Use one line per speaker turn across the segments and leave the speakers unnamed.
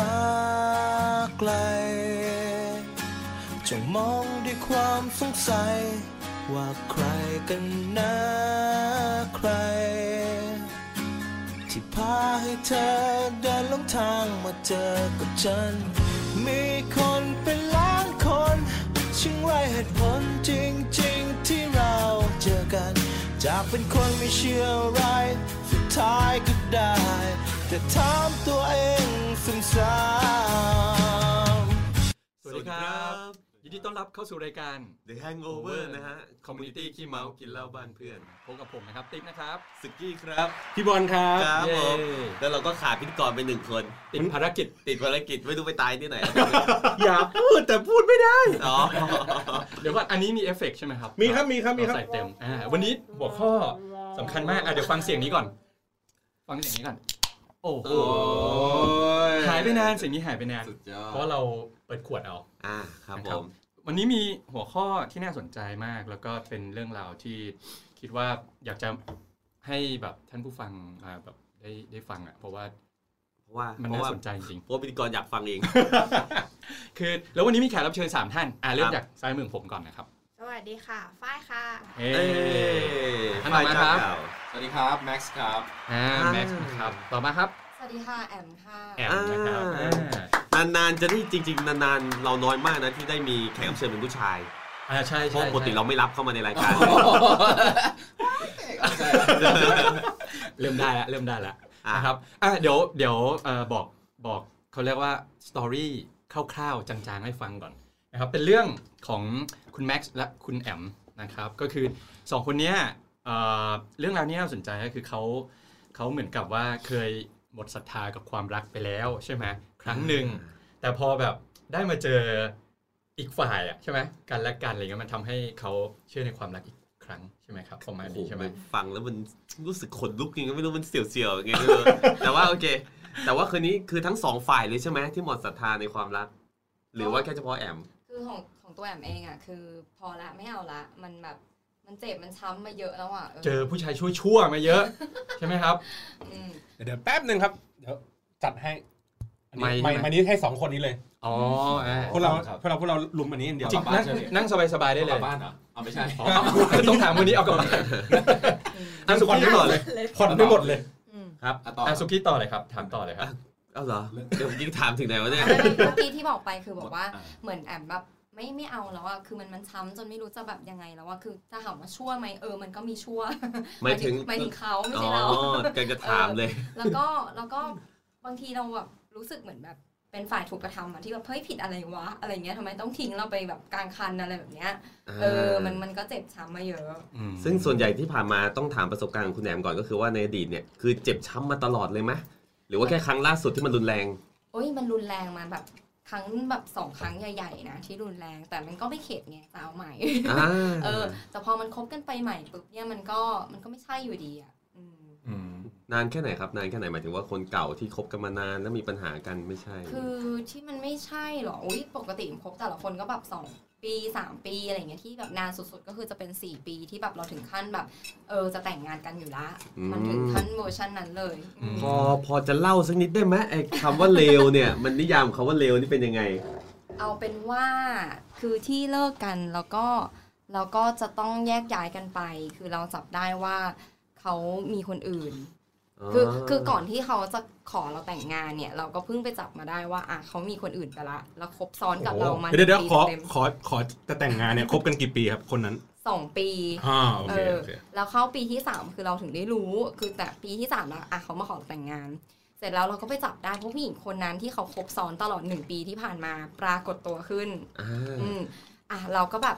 ฟ้าไกล จงมองด้วยความสงสัย ว่าใครกันนะใคร ที่พาให้เธอเดินหลงทางมาเจอกับฉัน มีคนเป็นล้านคนช่างไรเหตุผลจริงๆที่เราเจอกัน จากเป็นคนไม่เชื่ออะไร สุดท้ายก็ได้ แต่ถามตัวเองซึมซาม
สวัสดีครับ ยินดีต้อนรับเข้าสู่รายการ
The Hangover นะฮะ
คอมมูนิตี้ขี้เมากินเหล้าบ้านเพื่อนพบกับผมนะครับ ติ๊กนะครับ
สุกี้ครับ
พี่บอลครับ
ครับ
เย้
ผมแล้วเราก็ขาดพิธีกรไปหนึ่งคน
ติดภารกิจ
ติดภารกิจไม่รู้ไปตาย ที่ไหน
อย่าพูดแต่พูดไม่ได้
อ๋อ
เดี๋ยวก่อนอันนี้มีเอฟเฟกต์ใช่ไหมครับ
มีครับมีครับมีครับ
เาใส่เต็มอ่าวันนี้หัวข้อสำคัญมากอ่ะเดี๋ยวฟังเสียงนี้ก่อน ฟังเสียงนี้ก่อน โอ้โหหายไปนานเสียงนี้หายไปนาน
สุดยอ
เพราะ
ด
เราเปิดขวดเอา
อ่าครับ
นะ
ผ
ครับ
ม
วันนี้มีหัวข้อที่น่าสนใจมาก แล้วก็เป็นเรื่องราวที่คิดว่าอยากจะให้แบบท่านผู้ฟังอ่าแบบได้ได้ฟังอ่ะเพราะว่า
เพราะว่า
มัน
เพราะ
น่า
ว่า
สนใจจริง
เพราะว่าพิธีกรอยากฟังเอง
คือแล้ววันนี้มีแขกรับเชิญ 3 ท่าน อ่าเริ่ม
ครับ
จากซ้ายมือของผมก่อนนะครับ
สวัสดีค่ะ ฝ้ายค่ะ
เอ้
เอ้
ย
ย
ท่านต่อมาครับ
เก่า
สวัสดีครับ แม็กซ์ครับ
อ่า
อ่า
แม็กซ์นะครับ ต่อมาครับ
สวัสดีค่ะ แอมค่ะ
แอมนะครับ
อ่า
อ่าน
านๆจะได้จริง ๆ นานๆ เราน้อยมากนะที่ได้มีแขกรับเชิญเป็นผู้ชาย
อ่าใช่
เพ
ใช่
ราะปกติเราไม่รับเข้ามาในรายการ
เริ่มได้ละเริ่มได้ละ
อ่ะ
นะครับอ่ะเดี๋ยวเดี๋ยวเอ่อบอกบอกเขาเรียกว่าสตอรี่คร่าวๆจางๆให้ฟังก่อนนะครับเป็นเรื่องของคุณแม็กซ์และคุณแอมนะครับ ก็คือ 2 คนเนี้ยเอ่อเรื่องราวนี้น่าสนใจก็คือเขาเขาเหมือนกับว่าเคยหมดศรัทธากับความรักไปแล้วใช่ไหมครั้งหนึ่ง แต่พอแบบได้มาเจออีกฝ่ายอ่ะใช่ไหมกันและกันอะไรเงี้ยมันทำให้เขาเชื่อในความรักอีกครั้งใช่ไหมครับประมาณ
โอ้โห
นี้ใช่ไหม
ฟังแล้วมันรู้สึกขนลุกจริงก็ไม่รู้มันเสียวๆยังไงไม่ รู้ แต่ว่าโอเค แต่ว่าคืนนี้คือทั้งสองฝ่ายเลยใช่ไหมที่หมดศรัทธาในความรัก หรือว่าแค่เฉพาะแอม
คือของของตัวแอมเองอ่ะ คือพอละไม่เอาละ มันแบบ มันเจ็บ มันช้ำมาเยอะแล้วอ่ะ
เจอผู้ชายชั่วๆมาเยอะ ใช่ไหมครับ
อืม
เดี๋ยวแป๊บหนึ่งครับเดี๋ยวจัดให้อันนี้
ไม่
ไม่
ใช่ไหม
ไม่นี้ให้สองคนนี้เลย
อ๋ออ่ะ
พวกเรา
ครับ
พวกเราพวกเราลุมอันนี้อันเดียว
จริงนั่งนั่งสบายๆได้
ได้
เล
เลย ยบ้านเหรอเอา ไม่ใช่
อ๋อเอาต้องถามคนนี้เอาก่อน
อืม
อ่ะสุ
ผ่อน
กี้
ไม่หม
ต่อ
ด
เล
เลย ยผ่อนไม่หมดเลย
อืม
อ่ะต่อ
อ่ะสุกี้ ต่อเลยครับถามต่อเลยครับ
เอ้าเหรอเดี๋ยวยิ่งถามถึงไหนวะเนี่ย
แล้วเมื่อกี้ที่บอกไปคือบอกว่า
อ่ะ
เหมือนแอมแบบไม่ไม่เอาแล้วอ่ะ คือมันมันช้ำจนไม่รู้จะแบบยังไงแล้วอ่ะ คือจะถามว่าชั่วไหมเออ มันก็มีชั่ว
หมายถึง
หมายถึงเขาไม่
อ๋อ
ใช่เรา
กันจะถามเลย
แล้วก็แล้วก็บางทีเราแบบรู้สึกเหมือนแบบเป็นฝ่ายถูกกระทำอะที่แบบเฮ้ยผิดอะไรวะอะไรเงี้ยทำไมต้องทิ้งเราไปแบบกลางคันอะไรแบบเนี้ยเออมันมันก็เจ็บช้ำมาเยอะ
ซึ่งส่วนใหญ่ที่ผ่านมาต้องถามประสบการณ์ของคุณแหนมก่อนก็คือว่าในอดีตเนี่ยคือเจ็บช้ำมาตลอดเลยไหมหรือว่าแค่ครั้งล่าสุดที่มันรุนแรง
โอ้ยมันรุนแรงมาแบบครั้งแบบสองครั้งใหญ่ๆนะที่รุนแรงแต่มันก็ไม่เข็ดไงสาวใหม่
อ่า
เออ แต่พอมันคบกันไปใหม่ปุ๊บเนี่ยมันก็มันก็ไม่ใช่อยู่ดีอ่ะอืม
นานแค่ไหนครับนานแค่ไหนหมายถึงว่าคนเก่าที่คบกันมานานแล้วมีปัญหากันไม่ใช่
คือที่มันไม่ใช่หรออุ้ยปกติคบแต่ละคนก็แบบสองปีสามปีอะไรเงี้ยที่แบบนานสุดๆ ก็คือจะเป็นสี่ปีที่แบบเราถึงขั้นแบบเออจะแต่งงานกันอยู่ละ
อืม
มันถึงขั้นเวอร์ชันนั้นเลย
อืม
พอพอจะเล่าสักนิดได้ไหมไอ้คำว่าเลวเนี่ย มันนิยามคำว่าเลวนี่เป็นยังไง
เอาเป็นว่าคือที่เลิกกันแล้วก็แล้วก็จะต้องแยกย้ายกันไป คือเราจับได้ว่าเขามีคนอื่น คือคือก่อนที่เขาจะขอเราแต่งงานเนี่ย เราก็เพิ่งไปจับมาได้ว่าอ่ะเขามีคนอื่นไปละ แล้วคบซ้อนกับเรามา
เดี๋ยวเดี๋ยว
ปี
ขอ
เต็ม
ขอขอจะแต่งงานเนี่ยคบกันกี่ปีครับคนนั้น
สองปี
อ่าโอเค
เออ
โอเค
แล้วเข้าปีที่ 3 คือเราถึงได้รู้ คือแต่ปีที่3แล้วอ่ะเขามาขอแต่งงาน เสร็จแล้วเราก็ไปจับได้เพราะผู้หญิงคนนั้นที่เขาคบซ้อนตลอด 1 ปีที่ผ่านมาปรากฏตัวขึ้น อืมอ่ะเราก็แบบ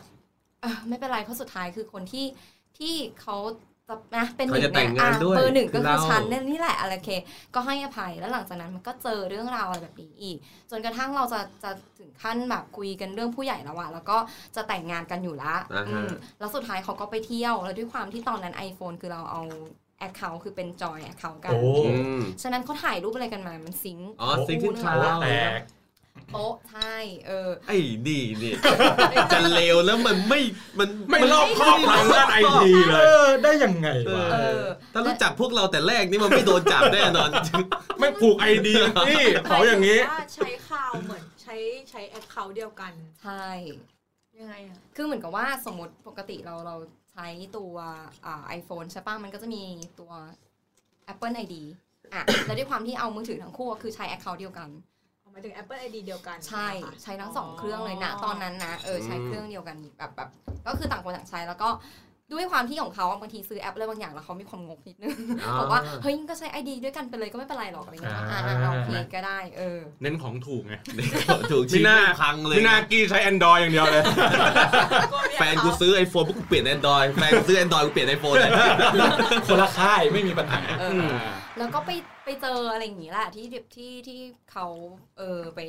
เออไม่เป็นไรเพราะสุดท้ายคือคนที่ที่เขาจะนะเป็นหนึ่
เขาจะ
ง
แต่
เนี่
ง
ย
งา
อ่ะ
นด้วย
เบอร์หนึ่ง
คื
ก็
อ
คือ
เรา
ฉันเนี่ยนี่แหละอะไรโอเค ก็ให้อภัยแล้วหลังจากนั้นมันก็เจอเรื่องราวอะไรแบบนี้อีก จนกระทั่งเราจะจะถึงขั้นแบบคุยกันเรื่องผู้ใหญ่แล้วอะแล้วก็จะแต่งงานกันอยู่ละ
อ่าฮะ
อืมแล้วสุดท้ายเขาก็ไปเที่ยวแล้วด้วยความที่ตอนนั้น iPhone คือเราเอาแอคเคาท์คือเป็นจอยแอคเคาท์กัน
โอ้
อืม
ฉะนั้นเขาถ่ายรูปอะไรกันมามันซิงค์
อ๋อสิ่งที่
โอ้โห
โอ้
ทา
แตก
โต๊ะใช่เออ
ไอ้นี่นี่ จะเลวแล้วมันไม่มัน
ไม่
น
รอบคอบ
ม่
ทางด้านไอทีเลย เออ ได้ยังไง
เอ
วะ
อถ้ารู้จักพวกเราแต่แรกนี่มันไม่โดนจับแน่นอน
ไม่ผูกไอเดียพี่เขาอย่าง
นี้
นี้
ใช้ข่าวเหมือนใช้ใช้แอคเคาท์เดียวกัน
ใช่
ยังไงอ่ะ
คือเหมือนกับว่าสมมติปกติเราเราใช้ตัวไอโฟนใช่ป่ะ มันก็จะมีตัว Apple ID อ่ะ แล้วด้วยความที่เอามือถือทั้งคู่อะคือใช้ Account เดียวกัน
หมายถึง Apple ID เดียวกัน
ใช่ใช้ทั้งสองเครื่องเลยนะ ตอนนั้นนะเออใช้
อืม
เครื่องเดียวกันแบบแบบก็คือต่างคนต่างใช้แล้วก็ด้วยความที่ของเขาอะบางทีซื้อแอปอะไรบางอย่างแล้วเขามีความงกนิดนึง บอกว่าเฮ้ยงั้นก็ใช้ ID ด้วยกันไปเลยก็ไม่เป็นไรหรอกอะไรเงี้ยอ่าอ่าเอาโอเคก็ได้เออ
เน้นของถูก ไง
ถูก
มิ
ชิ้น
น่า
ไม่พังเลย
พี่นากี้ใช้ Android อย่างเดียวเลย
แฟนกูซื้อไอโฟนปุ๊บกูเปลี่ยนแอนดรอยแฟนกูซื้อแอนดรอยกูเปลี่ยนไอโฟนเลย
คนละค่ายไม่มีปัญหา
เอออื แล้วก็ไปไปเจออะไรอย่างนี้แหละที่ที่ที่เขาเออไป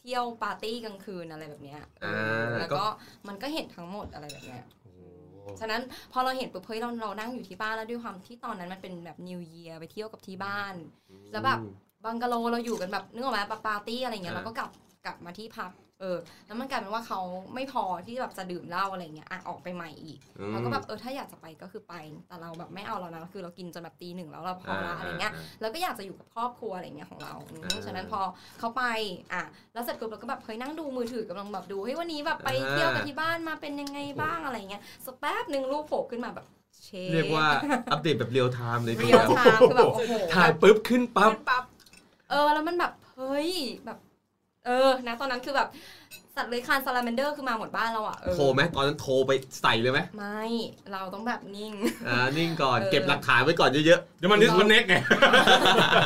เที่ยวปาร์ตี้กลางคืนอะไรแบบเนี้ยเออ
อ่า
แล้วก็มันก็เห็นทั้งหมดอะไรแบบเนี้ยฉะนั้นพอเราเห็นปุ๊บเฮ้ยเราเรานั่งอยู่ที่บ้านแล้วด้วยความที่ตอนนั้นมันเป็นแบบ New Year ไปเที่ยวกับที่บ้าน แล้วแบบ บังกะโลเราอยู่กันแบบนึกออกไหมปาปาร์ตี้อะไรเงี้ย
อ่า
เราก็กลับกลับมาที่พักเออ แล้วมันกลายเป็นว่าเขาไม่พอที่แบบจะดื่มเหล้าอะไรเงี้ยอ่ะออกไปใหม่อีก
อืม
เราก็แบบเออถ้าอยากจะไปก็คือไป แต่เราแบบไม่เอาแล้วนะคือเรากินจนแบบตีหนึ่งแล้วเราพอละอะไรเงี้ยแล้วก็อยากจะอยู่กับครอบครัวอะไรเงี้ยของเราอืมฉะนั้นพอเขาไปอ่ะแล้วเสร็จปุ๊บเราก็แบบเฮ้ยนั่งดูมือถือกำลังแบบดูเฮ้ยวันนี้แบบไปเที่ยวกับที่บ้านมาเป็นยังไงบ้างอะไรเงี้ยสักแป๊บหนึ่งรูปโผล่ขึ้นมาแบบเช
เรียกว่าอัปเดตแบบเรียลไทม์เลย
เรียวชามคือแบบโอ้โห
ถ่ายปุ๊บขึ้นปั๊บ
ขึ้นปั๊บ
เออแล้วมันแบบเฮ้ยแบบ เออนะตอนนั้นคือแบบ สัตว์เลื้อยคลานซาลาแมนเดอร์คือมาหมดบ้านเราอ่ะเออ
โทรไหมตอนนั้นโทรไปใส่เลยไหม
ไม่เราต้องแบบนิ่ง
อ่านิ่งก่อน
เออ
เก็บหลักฐานไว้ก่อนเยอะ
เดี๋ยวมัน disconnect ไง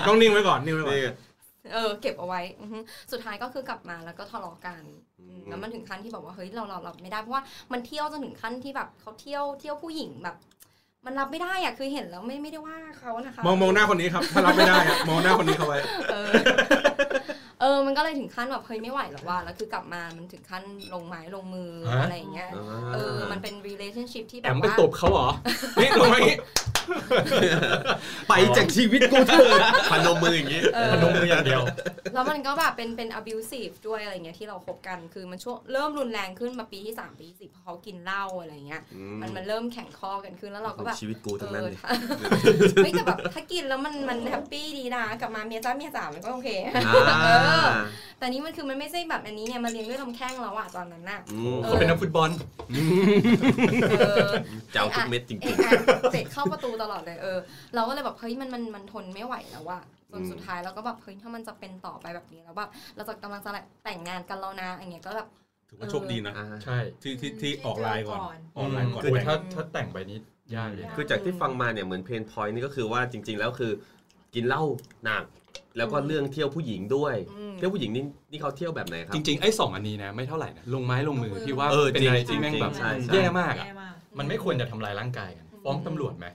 ต้องนิ่งไว้ก่อน นิ่งไว้
ๆ
ก่อน
นี่
เออเก็บเอาไว้อือฮึสุดท้ายก็คือกลับมาแล้วก็ทะเลาะกันอืม
อืม
แล้วมันถึงขั้นที่แบบว่าเฮ้ยเราเรารับไม่ได้เพราะว่ามันเที่ยวจนถึงขั้นที่แบบเขาเที่ยวเที่ยวผู้หญิงแบบ มันรับไม่ได้อ่ะคือเห็นแล้วไม่ไม่ได้ว่าเขานะคะ
มองมองหน้าคนนี้ครับ ถ้ารับไม่ได้อะมองหน้าคนนี้เขาไว้
เออเออ มันก็เลยถึงขั้นแบบเฮ้ยไม่ไหวแล้วว่าแล้วคือกลับมามันถึงขั้นลงไม้ลงมือ
ฮะ
อะไรอย่างเงี้ย เออ มันเป็น relationship ที่แบ
แอบ มไป
ว่า
ตบเขาเหรอ นี่ลงมาอย่างนี้
ไปจากชีวิตกูเถอะพนมมืออย่างนี้
เอ
พ
อน
มมืออย่างเดียว
แล้วมันก็แบบเป็นเป็น abusive ด้วยอะไรเงี้ยที่เราคบกัน คือมันช่วงเริ่มรุนแรงขึ้นมาปีที่ 3 ปีที่สี่เพราะเขากินเหล้าอะไรเงี้ย มันมันเริ่มแข่งข้อกันขึ้นแล้วเราก็แบบ
ชีวิตกู
เอ
ทั้งนั้น
อ
เลย
ไม่แต่แบบถ้ากินแล้วมันมันแฮปปี้ดีนะกลับมาเมียจ้าเมียจ๋ามันก็โอเค
อ่า
เออ แต่นี้มันคือมันไม่ใช่แบบอันนี้ไงมันเลี้ยงด้วยลำแข้งแล้วอะตอนนั้นน่ะ
ม
เอ
เขา
อ
เป็นนักฟุตบอล
เออ
เจ้าทุกเม็ดจ
เอ
ริง
กอะเตะเข้าประตูตลอดเลยเออเราก็เลยแบบเฮ้ยมันมันมันทนไม่ไหวแล้วอะจน
อืม
สุดท้ายเราก็แบบเฮ้ยถ้ามันจะเป็นต่อไปแบบนี้แล้วแบบเราจะกำลังจะแต่งงานกันแล้วนะอย่างเงี้ยก็แบบ
ถือว่าโชคดี
ๆ
นะ
อ่า
ใช่
ที่ที่ที่ออกไลน์ก่อน
ออนไลน์ก่อน
คือ
โอ้ยถ้าถ้าแต่งไปนี้ยากเลย
คือจากที่ฟังมาเนี่ยเหมือนเพนพอยต์นี่ก็คือว่าจริง ๆ แล้วคือ กินเหล้าหนักแล้วก็เรื่องเที่ยวผู้หญิงด้วย
อืม
เที่ยวผู้หญิงนี่นี่เขาเที่ยวแบบไหนครับ
จริง ๆ ไอ้สองอันนี้นะ ไม่เท่าไหร่นะ ลงไม้ลงมือ
ลงมือ
พี่ว่า
เออ
เป็นอะไรที่
จริงๆ
แม่งแบบ
ใช่ใช่
แย่มากอะ
แย่มาก
มันไม่ควรจะทำลายร่างกายกัน ฟ้องตำรวจไหม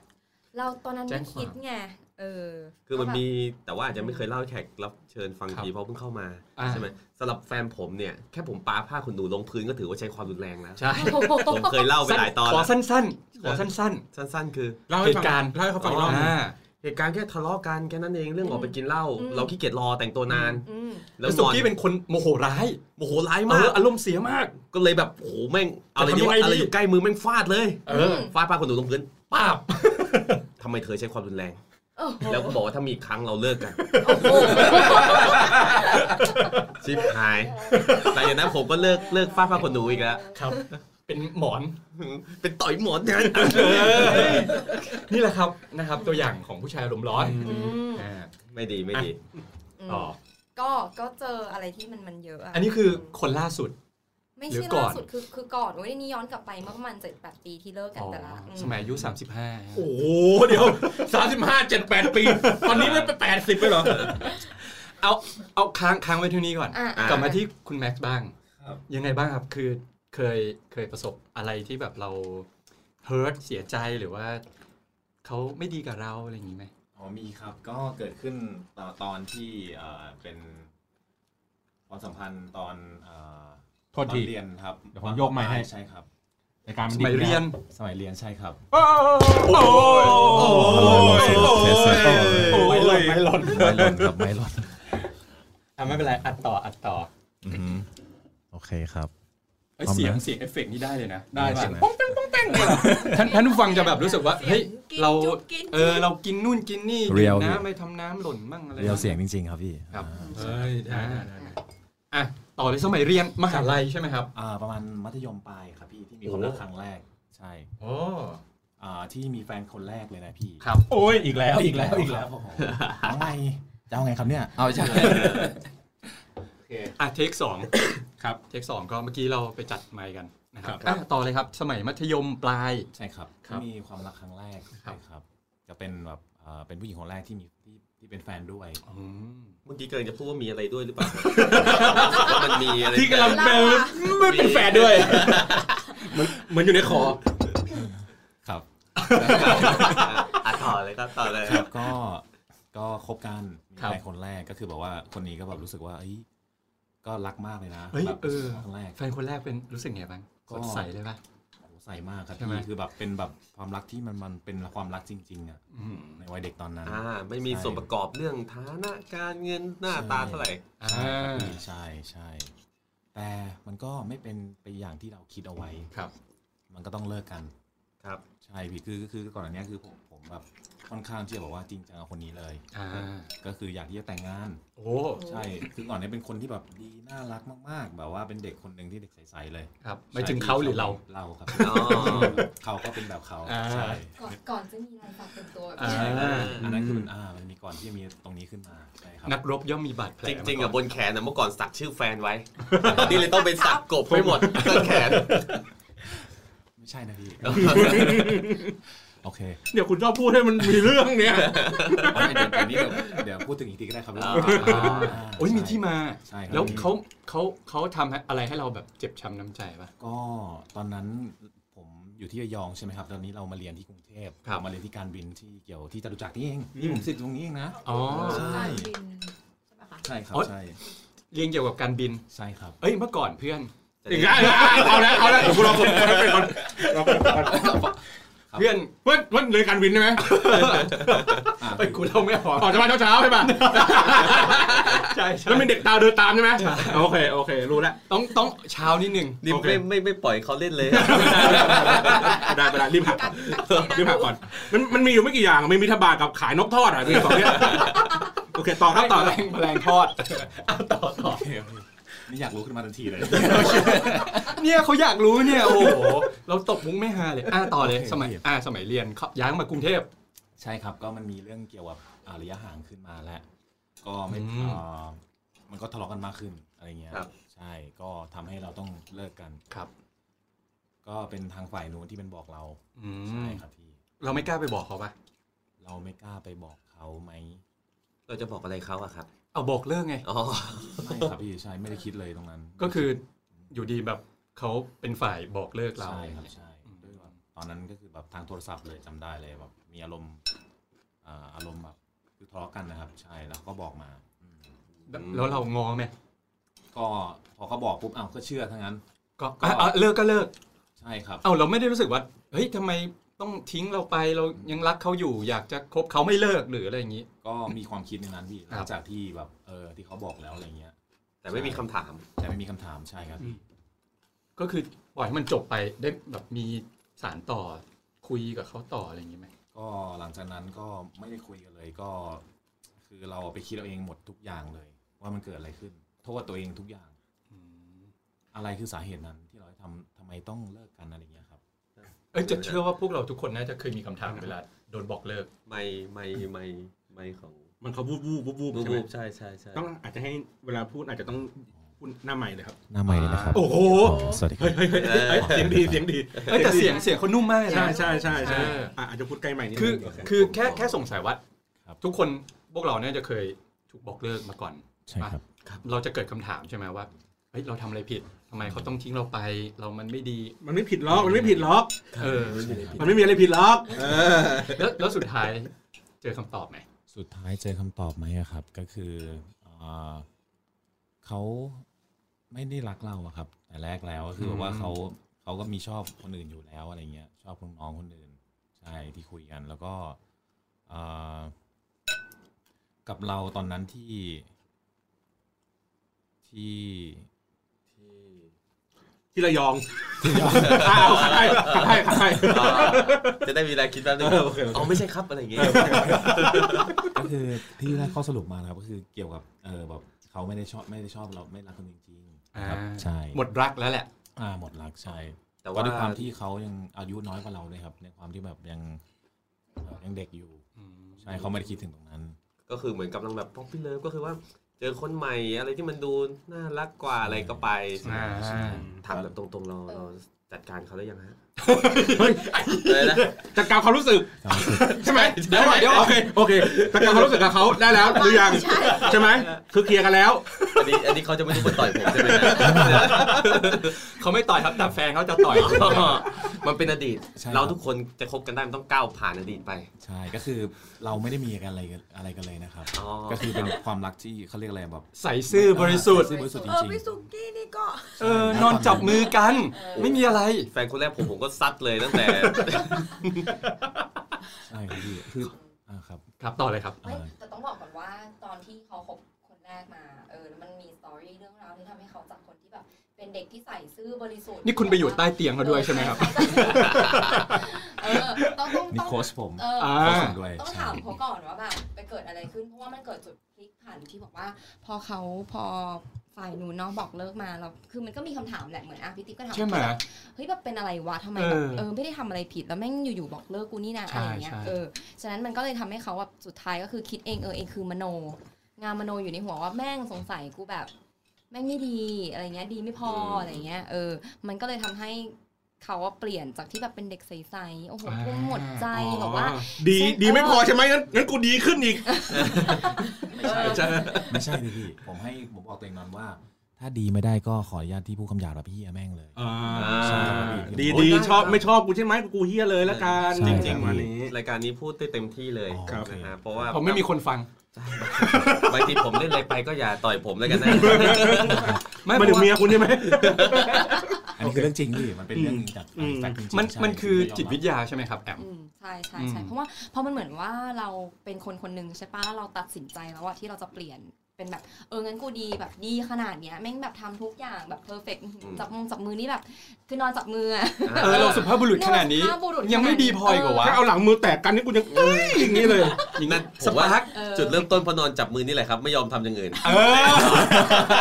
เราตอนนั้น
แจ้
ไม่
ง
คิดไงเออ
คือมัน
ว่าแบบ
มีแต่ว่าอาจจะไม่เคยเล่าให้แขกรับเชิญฟัง
ครับ
ทีเพราะเพิ่งเข้ามา
อ่า
ใช่ไหมสำหรับแฟนผมเนี่ยแค่ผมปาผ้าขนหนูลงพื้นก็ถือว่าใช้ความรุนแรงแล้ว
ใช่
ผมเคยเล่าไปหลายตอน
ขอ
แล้ว
สั้นๆ ขอสั้น
สั้น ๆ คือ
ๆ
เล่าให้
เห
ฟัง
ตุการณ์
เล่าให้เขาฟังอีกรอบหนึ่ง
า
เหตุการณ์แค่ทะเลาะกันแค่นั้นเองเรื่องออกไปกินเหล้า
อืม
เราขี้เกียจรอแต่งตัวนาน
อืม
แล้
แล้ว วน สุ
อน
กี้เป็นคนโมโหร้าย
โมโหร้าย
เอ
มา
อก อารมณ์เสียมาก
ก็เลยแบบโอ้โหแม่งอะไรดี
จะทำยัง
วะ
ไงดี
อะไรอยู่ใกล้มือแม่งฟาดเลย
เออ
ฟาดผ้าขนหนูลงพื้น
ป้าบ
ทำไมเธอใช้ความรุนแรง
โอ้โห
แล้วก็บอกว่าถ้ามีอีกครั้งเราเลิกกัน
โอ้โห
ชิบหาย แต่อย่างนั้นผมก็เลิกเลิกฟาดผ้าขนหนูอีกแล้ว
ครับ เป็นหมอน
เป็นต่อยหมอนเนี่ย
นี่แหละครับนะครับตัวอย่างของผู้ชายอารมณ์ร้อน
อืม
อ่า
ไม่ดีไม่ดี
อืม
ต่อ
ก็ก็เจออะไรที่มันมันเยอะอะ
อันนี้คือคนล่าสุด
ไม่
หรื
ใช่
อก่อ
ล่าน สุดคือคือก่อนเว้ยนี่ย้อนกลับไปเมื่อประมาณเจ็ดแปดปีที่เลิกกัน
อ๋อ
แต่ละอืม
สมัยอายุ 35
โอ้โห เดี๋ยว 35 78 ปี ตอนนี้ไม่ไป 80ไปเหรอ
เอาเอาค้างค้างไว้ที่นี้ก่อน
อ่ะ
กลับมาที่คุณแม็กซ์บ้าง
ครับ
ยังไงบ้างครับ คือเคยเคยประสบอะไรที่แบบเราเฮิร์ตเสียใจหรือว่าเขาไม่ดีกับเราอะไรอย่างนี้ไหม
อ๋อมีครับก็เกิดขึ้นตอนตอนที่เอ่อเป็นความสัมพันธ์ตอนเอ่อ
โท
ตอ
ษ
น
ที
เรียนครับ
เดี๋ยวผมโยกไมค์ให้
ใช่ครับ
ในการ
สมัยเรียน
สมัยเรียนใช่ครับ
โอ้โห
โอ้โห
โอ้โห
โอ้โห
ไม่หล่นไม่หล่น
ไม่หล่นครับไม่หล่น
อ่ะไม่เป็นไรอัดต่ออัดต่อ
อือหือโอเคครับ
เอ้ย
พร้อมนะ
เสียงเสียงเอฟเฟกต์นี่ได้เลยนะ
ได้ใช่ไหม
ป่ะป้องแป้งป้องแป้งเนี่ยเหรอท่านท่านผู้ฟังจะแบบรู้สึกว่าเฮ้ยเรา
จุ๊บกิน
เออเรากินนู่นกินนี่
เรี
กิ
ย
น
ว
น้ำไม่ทำน้ำหล่นมั่งอะไร
เรียวเสียงจริง ๆ ครับพี่
ครับ
อ่า
เฮ้ยได้ได้ได้ได้อ่ะต่อเลยสมัยเรียนมหาลัยใช่ไหมครับ
อ่าประมาณมัธยมปลายครับพี่ที่มีความรักครั้งแรก ใช่
โอ้
อ่าที่มีแฟนคนแรกเลยนะพี่
ครับ
โอ้ยอีกแล้ว
เอาอีกแล้วอีกแล้วทำไมจะเอาไงครับเนี่ยเอาใช่
อ่ะเทคสอง
ครับ
เท คสองก็เมื่อกี้เราไปจัดไมค์กันนะครับ
ครับ
อ่ะต่อเลยครับสมัยมัธยมปลาย
ใช่ครับ
ครั
ที่
บ
มีความรักครั้งแรก
ครับ
ใช่ครับ จะเป็นแบบเอ่อเป็นผู้หญิงคนแรกที่มีที่ที่เป็นแฟนด้วย
อืม
เมื่อกี้กำลังจะพูดว่ามีอะไรด้วยหรือ เปล่า ว่ามันมีอะไร
ที่กำลังเป็นไม่เป็นแฟนด้วยเหมือนเหมือนอยู่ในคอ
ครับ
อ่ะต่อเลยครับต่อเลย
ครับ ก็ก็คบกันมี
ครับ
แฟนคนแรกก็คือแบบว่าคนนี้ก็แบบรู้สึกว่าเอ้ยก็รักมากเลยนะ
เฮ้ย
แบบ
เออ
ครั้งแรก
แฟนคนแรกเป็นรู้สึกไงบ้าง
ก็
สดใสเลยป่ะ
โอ้โหใส่มากครับ
ใช่ไหม
พี่คือแบบเป็นแบบความรักที่มันมันเป็นความรักจริง ๆอ่ะ
อืม
ในวัยเด็กตอนนั้น
อ่า ไม่มี
ใช่
ส่วนประกอบเรื่องฐานะการเงินหน้าตาเท่าไหร่
อ่า
ใช่ครับพี่ใช่ใช่ แต่มันก็ไม่เป็นไปอย่างที่เราคิดเอาไว้
ครับ
มันก็ต้องเลิกกัน
ครับ
ใช่พี่คือคือก่อนอันเนี้ยคือผมผมแบบค่อนข้างที่จะบอกว่าจริงจังกับคนนี้เลย
อ่า
ก็คืออยากที่จะแต่งงาน
โอ้
ใช่คือก่อนเนี้ยเป็นคนที่แบบดีน่ารักมากๆ แบบว่าเป็นเด็กคนหนึ่งที่เด็กใสๆเลย
ครับไม่ถึงเขาหรือเรา
เราครับ
อ๋อ
เขาก็เป็นแบบเขา
อ่า
ใช่
ก่อนก่อนจะมีลายสักเป็นตัวแบบ
อ่า
นี้
อันนั้นคือมันอ่ามันมีก่อนที่จะมีตรงนี้ขึ้นมาใช่ครับ
นักรบย่อมมีบาดแผล
จริงๆ
มา
อ่ะ
ก่น
บนแขนอ่ะเมื่อก่อนสักชื่อแฟน ไว้ นี่เลยต้องไปสักกบไปหมดต้นแขน
ไม่ใช่นะพี่ โอเค
เดี๋ยวคุณชอบพูดให้มันมีเรื่องเนี้ย
เอาไว้เดี๋ยวเดี๋ยวนี้แบบเดี๋ยวพูดถึงอีกทีก็ได้ครับ
อ่า
อ่า
า
โอ้ยมีที่
ใช่
มา
ใช่ครับ
แล้วเขาเขาเขาทำให้อะไรให้เราแบบเจ็บช้ำน้ำใจป่ะ
ก็ตอนนั้นผมอยู่ที่ระยองใช่ไหมครับ ตอนนี้เรามาเรียนที่กรุงเทพ
ครับ
มาเรียนที่การบินที่เกี่ยวที่จตุจักรนี่เองนี่ผมสิทธิ์ตรงนี้เองนะ
อ๋อ
ใช่
การบินใช่ปะคะ
ใช่ครับ
อ๋อ
ใช่
เรียนเกี่ยวกับการบิน
ใช่ครับ
เอ้ยเมื่อก่อนเพื่อน
อีกแล้วเอาละเอาละคุณลองคนเป็นคน
เพื่อน
เพื่อนเพื่อนเลยการวินใช่ไหม
เอ้ยกูเราไม่พอ
ออกจากบ้านเช้าๆใช่ป่ะ
ใช่ใช่
แล้วเป็นเด็กตาเดินตามใช่ไหมโอเคโอเค รู้แล้ว
ต้องต้องเช้านิดนึง
นี่
โอเค
ไม่ไม่ไม่ปล่อยเขาเล่นเลย
ได้ไปละรีบหัก
การบิน
รีบหักก่อนมันมันมีอยู่ไม่กี่อย่างมีมิทบาทกับขายนกทอดอ่ะมีสองเนี้ยโอเคต่อครับต่อ
แมลงแมลงทอด
นี่อยากรู้ขึ้นมาทันทีเลย
เนี่ยเขาอยากรู้เนี่ยโอ้โหเราตกมุ้งไม่ฮาเลยอ่ะต่อเลย
โอเค
สมัยอ่ะสมัยเรียนเขาย้ายมากรุงเทพ
ใช่ครับก็มันมีเรื่องเกี่ยวกับอ่าระยะห่างขึ้นมาแล้วก็ไม่
อืม
เอ่อมันก็ทะเลาะกันมากขึ้นอะไรเงี้ยใช่ก็ทำให้เราต้องเลิกกัน
ครับ
ก็เป็นทางฝ่ายนู้นที่เป็นบอกเรา
อื
ใช่
ม
ครับพี่
เราไม่กล้าไปบอกเขาปะ
เราไม่กล้าไปบอกเขาไหม
เราจะบอกอะไรเขาอะครับ
เอาบอกเลิกไง
อ๋อ
ไม่ครับพี่ใช่ไม่ได้คิดเลยตรงนั้น
ก็คืออยู่ดีแบบเขาเป็นฝ่ายบอกเลิกเรา
ใช่ครับใช่
อืม
ด้วยแบบตอนนั้นก็คือแบบทางโทรศัพท์เลยจำได้เลยแบบมีอารมณ์อ่าอารมณ์แบบคือทะเลาะกันนะครับ ใช่แล้วก็บอกมาอืม
แล้วแล้วเรางอไหม
ก็พอเขาบอกปุ๊บอ้าวก็เชื่อทั้งนั้น
ก็อ่ะอ่ะเลิกก็เลิก
ใช่ครับ
เอาเราไม่ได้รู้สึกว่าเฮ้ยทำไมต้องทิ้งเราไปเรายังรักเขาอยู่ อยากจะคบเขาไม่เลิกหรืออะไรอย่างนี้
ก็มีความคิดในนั้นพี่ห
ค
ลั
รั
ง
บ
จากที่แบบเออที่เขาบอกแล้วอะไรเงี้ย
แต่ไม่มีคำถาม
แต่ไม่มีคำถามใช่ครับพี่
ก็คือปล่อยให้มันจบไปได้แบบมีสารต่อคุยกับเขาต่ออะไรอย่างนี้ไหม
ก็หลังจากนั้นก็ไม่ได้คุยกันเลยก็ คือเราไปคิดเอาเองหมดทุกอย่างเลย ว่ามันเกิดอะไรขึ้น โทษตัวเองทุกอย่าง
อืม
อะไรคือสาเหตุนั้นที่เราทำทำไมต้องเลิกกันอะไรเงี้ยครับ
เอ้ยจะเชื่อว่าพวกเราทุกคนน่าจะเคยมีคำถามเวลาโดนบอกเลิก
ไม่ไม่ไม่ไม่ของ
มันเขาวูบวูบวูบวูบ
บู
ใช่ไหม
บูใช่ใช่ใช่
ต้องอาจจะให้เวลาพูดอาจจะต้องพูดหน้าใหม่เลยครับ
หน้าใหม่เลยนะครับ
โอ้โห
สวัสดีค
เฮ้ย
รับ
เฮ้ยเฮ้ยเฮ้ยเสียงดีเสียงดี
เอ้ยแต่เสียงเสียงเขานุ่มมากเลย
ใช่
นะ
ใช่ใช่ใช่
เอออ่
ะอาจจะพูดใกล้ใหม่นิด
คือ
นึ
ง
โอเค
คือแค่แค่สงสัยว่า
ครับ
ทุกคนพวกเราเนี่ยจะเคยถูกบอกเลิกมาก่อน
ใช่ครับ
เราจะเกิดคำถามใช่ไหมว่าเฮ้ยเราทำอะไรผิดทำไมเขาต้องทิ้งเราไป เรามันไม่ดี
มันไม่ผิดหรอก มันไม่ผิดหรอก
เออ
มันไม่มีอะไรผิดหรอก เออ
แล้วแล้วสุดท้ายเจอคำตอบไหม
สุดท้ายเจอคำตอบไหมอะครับ ก็คืออาเขาไม่ได้รักเราอะครับ แต่แรกแล้วก็คือแบบว่าเขาเขาก็มีชอบคนอื่นอยู่แล้วอะไรเงี้ย ชอบลูกน้องคนอื่น ใช่ที่คุยกัน แล้วก็อ่ากับเราตอนนั้นที่ ที่
ที่ระยองอ้าวขัดให้ขัดให้ขัดให้
อ๋อ จะได้มีเวลาคิดแป๊บนึง
เออโอเคโอเค
อ๋อไม่ใช่ครับอะไรอย่างเงี้ย
ก็คือที่ได้ข้อสรุปมานะครับก็คือเกี่ยวกับเออแบบเขาไม่ได้ชอบไม่ได้ชอบเราไม่รักคนจริงๆนะครับ
อ่า
ใช่
หมดรักแล้วแหละ
อ่าหมดรักใช่
แต่
ก็
ว่า
ด้วยความที่เขายังอายุน้อยกว่าเราด้วยครับ ในความที่แบบยังเอ่อยังเด็กอยู่ใช่เขาไม่ได้คิดถึงตรงนั้น
ก็คือเหมือนกำลังแบบป๊อปปี้เลิฟก็คือว่า เจอคนใหม่อะไรที่มันดูน่ารักกว่าอะไรก็ไปใช่ไหม
อ่า
ถามแบบตรงๆเราเราจัดการเขาได้ยังฮะ
เฮ้ย
เลยนะ
จัดการความรู้สึก ใช่ไหม
เดี๋ยวก่อนเดี๋ยวก่อน
โอเคโอเคจัดการความรู้สึกกับเขาได้แล้วหรือยัง
ใช่
ใช่ไหมคือเคลียร์กันแล้ว
อันนี้อันนี้เขาจะไม่ได้มาต่อยผมใช่ไหมนะ
เขาไม่ต่อยครับแต่แฟนเขาจะต่อย
มันเป็นอดีต
ใช่ครับ
เราทุกคนจะคบกันได้มันต้องก้าวผ่านอดีตไป
ใช่ก็คือเราไม่ได้มีกันอะไรกันอะไรกันเลยนะครับ
อ๋อ
ก็คือเป็นความรักที่เขาเรียกอะไรแบบ
ใส่ซื่อบริสุทธิ์
ซื่อบริสุทธิ์จ
เออ
ริง
พี่สุกี้นี่ก็
เออนอนจับมือกัน ไม่มีอะไร
แฟนคนแรกผมผมก็ซัดเลยตั้งแต่
ๆใช่ครับพี่คืออ่าครับ
ครับต่อเลยครับ
ไม่
อ่า
แต่ต้องบอกก่อนว่าตอนที่เขาคบคนแรกมาเออแล้วมันมีสตอรี่เรื่องราวที่ทำให้เขาจากคนที่แบบ เป็นเด็กที่ใส่ซื่อบริสุทธิ์
นี่คุณไปอยู่ใต้เตียงเขาด้วยใช่ไหมครับ
เออต้องต้อง
มี
ต้อง
โค้ชผม
เออ
อ่า
โค้ชผมด้วย
ต้อง
ใช่
ถามเขาก่อนว่าแบบไปเกิดอะไรขึ้นเพราะว่ามันเกิดจุดพลิกผันที่บอกว่า พอเขาพอฝ่ายนู้นเน้องบอกเลิกมาเราคือมันก็มีคำถามแหละเหมือนอ่ะพี่ติ๊กก็ถาม
ใช่ไหม
ว่าเฮ้ยแบบเป็นอะไรวะทำไมแบบ
เออ
เออไม่ได้ทำอะไรผิดแล้วแม่งอยู่ๆบอกเลิกกูนี่นะ
ใช่
อะไรอย่างเงี้ย
ใช่
เออฉะนั้นมันก็เลยทำให้เขาแบบสุดท้ายก็คือคิดเองเออเองคือมโน งามมโนอยู่ในหัวว่าแม่งสงสัยกูแบบ แม่งไม่ดีอะไรเงี้ยดีไม่พอ
อืม
อะไรเงี้ยเออ มันก็เลยทำให้เขาว่าเปลี่ยนจากที่แบบเป็นเด็กใสๆโอ้โหทุ่มหมดใจแบบว่า
ดี
เช่น
ดีไม่พอใช่ไหมงั้นงั้นกูดีขึ้นอีก
ไม่ใช่ดิพี่ผมให้ผมบอกตัวเองนอนว่า ถ้าดีไม่ได้ก็ขออนุญาตที่ผู้คำหยาบแบบพี่แม่งเลย ใช่
ดี
โอ้
ดี
ได้
ชอบไม่ชอบกูใช่ไหมกูเฮี้ยเลยละกัน
ใช่
จ
ค
ริ
รั
ง
บ
ๆวันนี้
รายการนี้พูดได้เต็มที่เลย
อ๋อครับ
นะฮะเพราะว่า
ผมไม่มีคนฟัง
บางทีผมเล่นอะไรไปก็อย่าต่อยผมแล้วกันนะ
ไม่
มาถึง
เพราะว่า
เมียคุณใช่ไหม
อันนี้คือเรื่องจริงพี่มันเป็นเรื่องจาก
อืม
แฟกต์จริงๆ
มัน
ใช่
มันคือจิตวิท
ยม
ยาใช่ไหมครับแอม
อืมใช่ใช่ใช่
อืม
เพราะว่าเพราะมันเหมือนว่าเราเป็นคนคนหนึ่งใช่ปะแล้วเราตัดสินใจแล้วว่าที่เราจะเปลี่ยนเป็นแบบเอองั้นกูดีแบบดีขนาดเนี้ยแม่งแบบทำทุกอย่างแบบเพอร์เฟก
ม
จับมงจับมือนี่แบบ คือนอนจับมืออะ
เออเราสุภาพบุรุษขนาดนี้
เออสุภพบุรุษ
ยังไม่ดีพออีกเหรอวะ
ถ้าเอาหลังมือแตกกันนี่กูยังเอ้ยอย่างนี้เลย
อย่างนั้นผมว่า
ออ
จุดเริ่มต้นเพอนอนจับมือนี่แหละครับ ไม่ยอมทำอย่างอื่น
เออ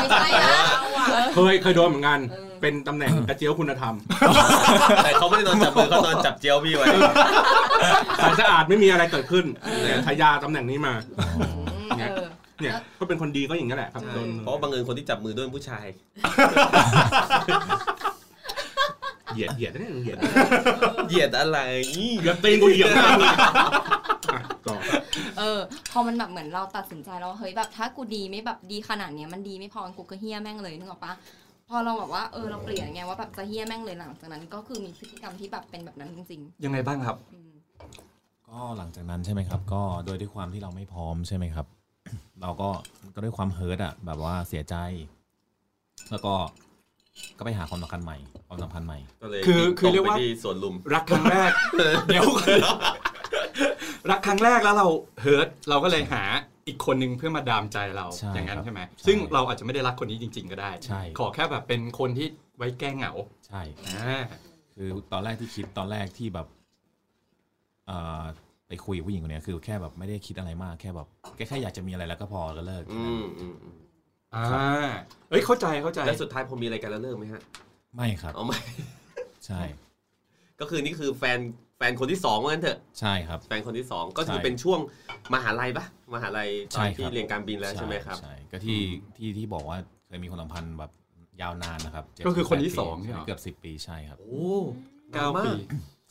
ไม่ใช่นะ
เคยเคยโดนเหมือนกัน
เออ
เป็นตำแหน่งกระเจียวคุณธรรม
แต่เขาไม่ได้นอนจับมือเขานอนจับเจียวพี่ไว้
สายสะอาดไม่มีอะไรเกิดขึ้น
เออ
เนี่ยฉายาตำแหน่งนี้มา
มเออ
เนี่ยก็เป็นคนดีก็อย่างนี้แหละครับ
ใช่
โดน
เพราะบังเอิญคนที่จับมือด้วยเป็นผู้ชาย
เหยียดเหยียดเนี่ยเหยียด
เหยียดอะไร
เหยียดตีนกูเหยียดหน้ามึงอ่ะต่อ
เออพอมันแบบเหมือนเราตัดสินใจแล้วว่าเฮ้ยแบบถ้ากูดีไม่แบบดีขนาดเนี้ยมันดีไม่พอกูก็เฮี้ยแม่งเลยนึกออกปะพอเราแบบว่าเออเราเปลี่ยนไงว่าแบบจะเฮี้ยแม่งเลยหลังจากนั้น ก็คือมีพฤติกรรมที่แบบเป็นแบบนั้นจริง
ยังไงบ้างครับ
ๆอืม
ก็หลังจากนั้นใช่ไหมครับ ก็โดยที่ความที่เราไม่พร้อมใช่ไหมครับ เราก็ก็ด้วยความเฮิร์ตอ่ะแบบว่าเสียใจ แล้วก็ก็ไปหาความสัมพันธ์ใหม่ความสัมพันธ์ใหม่
ก็เลย
คือ
วิ่ง
คือ
ต
เรียก
ไป
ว่า
ที่สวนลุม
รักครั้งแรก เดี๋ยวก่อนรักครั้งแรกแล้วเราเฮิร์ตเราก็เลยหาอีกคนนึงเพื่อมาดามใจเรา
ใช่
อย่างนั้น
ครับ
ใช่ไหม
ใช่
ซึ่งเราอาจจะไม่ได้รักคนนี้จริง ๆ ก็ได้
ใช่
ขอแค่แบบเป็นคนที่ไว้แก้เหงา
ใช่
อ่า
คือตอนแรกที่คิดตอนแรกที่แบบเอ่อไปคุยกับผู้หญิงคนเนี้ยคือแค่แบบไม่ได้คิดอะไรมากแค่แบบแค่แค่อยากจะมีอะไรแล้วก็พอแล้วเลิกแค่
อื
นั้น
มอืมอืม
อ่าเอ้ยเข้าใจเข้าใจ
แล้วสุดท้ายผมมีอะไรกันแล้วเลิกไหมฮะ
ไม่ครับ
เอาไหม
ใช่
ก็คือนี่คือแฟนแฟนคนที่สองว่างั้นเถอะ
ใช่ครับ
แฟนคนที่สองก็คือ
ใช่
เป็นช่วงมหาลัยปะมหาลัยต
ใช่
อน
ครับ
ที่เรียนการบินแล้วใช่ไหมครับ
ใช่ก็ที่ที่ที่บอกว่าเคยมีความสัมพันธ์แบบยาวนานนะครับเจ็ด
ก็คือคนที่
แปดปี
สองเนี่ยเหรอ
เกือบสิบ10 ปีใช่ครับ
โอ้
เก้าปี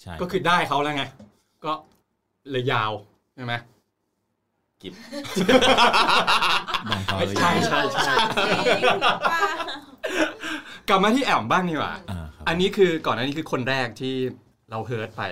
ใช่
ก็คือได้เขาแล้วไง ก็เลยยาวใช่ไหม
ได้เขาเลย
ใช่ใช่ใช่กลับมาที่แอมบ้างดีกว่า
อ่าครับ
อันนี้คือก่อนอันนี้คือคนแรกที่เราเฮิร์ตไป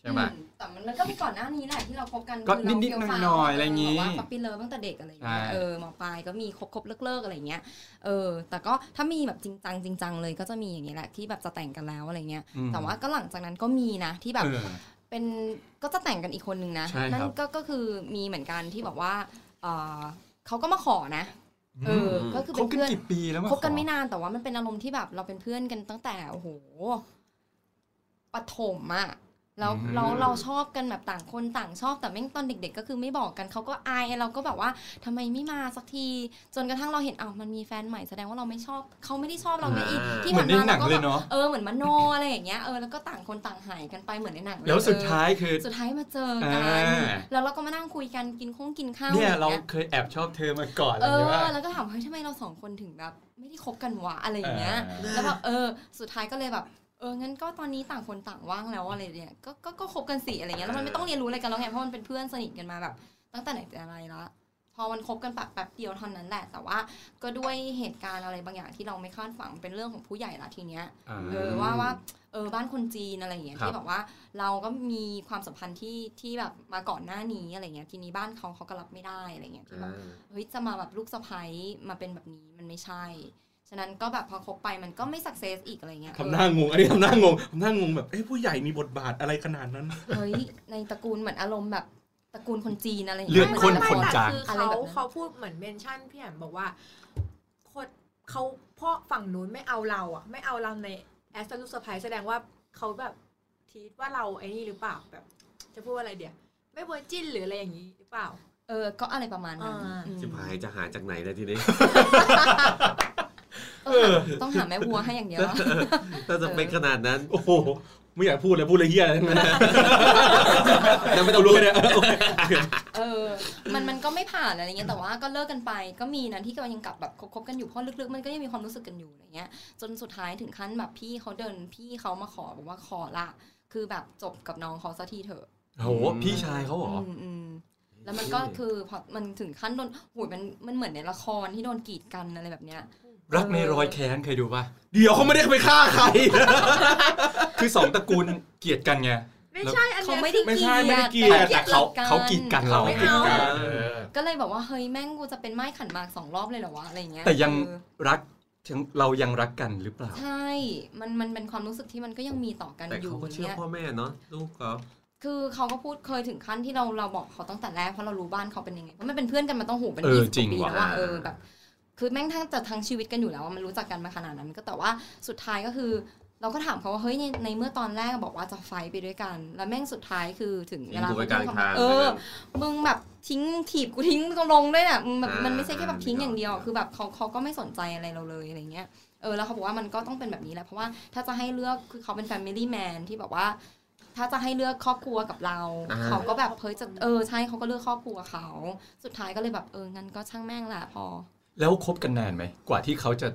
ใช่ไหม
อืแต่มันก็เป็นก่อนหน้านี้แหละที่เราคบกัน
ก็
คือเรา
นิดๆ
เฟี้วฟ้าว
หน่อยๆอะไรอย่างงี้
เแบบว่าปีเลิฟตั้งแต่เด็กอะไรอย่างเงี้ย
ใช่
เออมอปลายก็มีคบคบๆเลิกๆอะไรอย่างเงี้ยเออ แต่ก็ถ้ามีแบบจริงจังจริงจังเลยก็จะมีอย่างเงี้ยแหละที่แบบจะแต่งกันแล้วอะไรเงี้ย
อืม
แต่ว่าก็หลังจากนั้นก็มีนะที่แบบ
เออ
เป็นก็จะแต่งกันอีกคนนึงนะ
ใช่ครับ
นั่นก็ก็คือมีเหมือนกันที่บอกว่าเออเขาก็มาขอนะ เออ
ม
ก็คือ
ค
เป็
บ
น
กัน
เพื่อน
กี่ปีแล้วมา
คบกัน
ขอ
ไม่นานแต่ว่ามันเป็นอารมณ์ที่แบบเราเป็นเพื่อนกันตั้งแต่โอ้โหปฐมอะแล้ว
อืม
เราเราชอบกันแบบต่างคนต่างชอบแต่แม่งตอนเด็ก ๆ ก็คือไม่บอกกันเขาก็อายเราก็แบบว่าทำไมไม่มาสักที จนกระทั่งเราเห็นอ้าวมันมีแฟนใหม่แสดงว่าเราไม่ชอบเขาไม่ได้ชอบเราไม่อีก
อ่า
ที่
เหมื
ผ่า
อน
น
ใน
มา
หนัง
เราก็
เล
แบ
ย
บ
เนาะ
เออเหมือนมโนอะไรอย่างเงี้ยเออแล้วก็ต่างคนต่างหายกันไปเหมือนในหนังเย
แล้วสุด
เออ
ท้ายคือ
สุดท้ายมาเจอ
อ่
กัน
า
แล้วเราก็มานั่งคุยกันกินข้องกินข้าว
เนี่ย
อะไร
เรา
อย่างงี้ย
เคยแอบชอบเธอมาก่อนอะไร
เอ
อย่าง
อ
เงี้ยว่า
แล้วก็ถามเฮ้ยทำไมเราสองคนถึงแบบ ไม่ได้คบกันวะอะไรอย่างเงี้ย
อ่า
แล้วแบบเออ สุดท้ายก็เลยแบบ เอองั้นก็ตอนนี้ต่างคนต่างว่างแล้วอะไรเนี่ยก็ก็ก็คบกันสิอะไรเงี้ยแล้วมันไม่ต้องเรียนรู้อะไรกันแล้วไงเพราะมันเป็นเพื่อนสนิทกันมาแบบ ตั้งแต่ไหนแต่ไรละพอมันคบกันแบบแป๊บเดียวเท่านั้นแหละ แต่ว่าก็ด้วยเหตุการณ์อะไรบางอย่างที่เราไม่คาดฝันเป็นเรื่องของผู้ใหญ่ละทีเนี้ย เออว่าว่าเออบ้านคนจีนอะไรอย่างเงี้ย
ครับ
ที่แบบว่าเราก็มีความสัมพันธ์ที่ที่แบบมาก่อนหน้านี้อะไรเงี้ยทีนี้บ้านเขาเขาก็รับไม่ได้อะไรเงี้ยที่แบบเฮ้ยจะมาแบบลูกสะใภ้มาเป็นแบบนี้มันไม่ใช่ ฉะนั้นก็แบบพอคบไปมันก็ไม่สักเซสอีกอะไรเงี้ย
ทำหน้างงอันนี้ทำหน้างงทำหน้างงแบบเอ้ยผู้ใหญ่มีบทบาทอะไรขนาดนั้น
เออเฮ้ยในตระกูลเหมือนอารมณ์แบบตระกูลคนจีนอะไรย่าง
เลื
งี้
อด
ย
ข้น
ไม่
ค
ไม่
น
แต่
จาง
คือ
อะไรแบบ
เขา
นั้น
เขาพูดเหมือนเมนชั่นพี่แอมบอกว่าคนเขาเพราะฝั่งนู้นไม่เอาเราอ่ะ ไม่เอาเราในแอสตันลูกสะพายแสดงว่าเขาแบบทีดว่าเราไอ้นี่หรือเปล่าแบบ จะพูดว่าอะไรเดี๋ยว ไม่เวอร์จินหรืออะไรอย่างนี้หรือเปล่า
เออก็อะไรประมาณนั้น
อ่า
อืม
ชิบหายจะหาจากไหนเลยทีนี้
ต้องหาต้องหาแม่วัวให้อย่างเดียว
ถ้าจะเป็นขนาดนั้น
โอ้โหไม่อยากพูดเลยพูดเลยเฮียอะไรทั้งนั้น
ยังไม่ต้องรู้เลย
เออ มันมันก็ไม่ผ่านอะไรเงี้ย แต่ว่าก็เลิกกันไป ก็มีนะที่ก็ยังกลับแบบคบๆกันอยู่ เพราะลึกๆ มันก็ยังมีความรู้สึกกันอยู่อะไรเงี้ย จนสุดท้ายถึงขั้นแบบพี่เขาเดิน พี่เขามาขอบอกว่าขอละ คือแบบจบกับน้องเขาสักทีเถอะ
โหพี่ชายเขาเหรอ
มอืมแล้วมันก็คือพอมันถึงขั้นโดนหูยมันมันเหมือนในละครที่โดนกีดกันอะไรแบบเนี้ย
รักในรอยแค้นเคยดูป่ะ
เดี๋ยวเขาไม่ได้ไปฆ่าใคร
คือสองตระกูลเกลียดกันไง
ไม่ใช่อัน
เขา
เนี้ย
ไม่ได้
ไม่
เกลี
ใช่
ยด
ไม่ได้เกลียด
แต่
แต่เขาเขากีดกันเรา
เขาไม่เอา
เออ
ก็เลยบอกว่าเฮ้ยแม่งกูจะเป็นไม้ขันหมากสองรอบเลยเหรอวะอะไรเงี้ย
แต่ยัง
เออ
รักยังเรายังรักกันหรือเปล่า
ใช่ มันมันเป็นความรู้สึกที่มันก็ยังมีต่อกัน
แต่
อยู่
เขาก็เชื่อ
เนี่ย
พ่อแม่เนาะลูกเขา
คือเขาก็พูดเคยถึงขั้นที่เราเราบอกเขาตั้งแต่แรกเพราะเรารู้บ้านเขาเป็นยังไงเพราะมันเป็นเพื่อนกันมาต้องหูเป็น
เออ
ยี่สิบก
จริง
ว่าปีแล้ว
ว่ะ
อะเออแบบ คือแม่งทั้งจะทั้งชีวิตกันอยู่แล้วอะมันรู้จักกันมาขนาดนั้น ก็แต่ว่าสุดท้ายก็คือ เราก็ถามเขาว่าเฮ้ยในในเมื่อตอนแรกบอกว่าจะไฟท์ไปด้วยกัน แล้วแม่งสุดท้ายคือถึงเว
ทิ้ง
ลา
กูไว้กลางทาง
เออ มึงแบบทิ้งถีบกูทิ้งตรงลงด้วยน่ะมึงแบบ
อ่ามั
มันไม่ใช่แค่แบบทิ้งอย่างเดียว
อ่า
คือแบบเขาเขาก็ไม่สนใจอะไรเราเลยอะไรเงี้ยเออแล้วเขาบอกว่ามันก็ต้องเป็นแบบนี้แหละเพราะว่าถ้าจะให้เลือกคือเขาเป็น Family Man ที่แบบว่า ถ้าจะให้เลือกครอบครัวกับเรา
อ่า
เขาก็แบบเพ้ยจะเออใช่เขาก็เลือกครอบครัวเขา สุดท้ายก็เลยแบบเอองั้นก็ช่างแม่งแหละพอ
แล้วคบกันนานไหม กว่าที่เขาจะ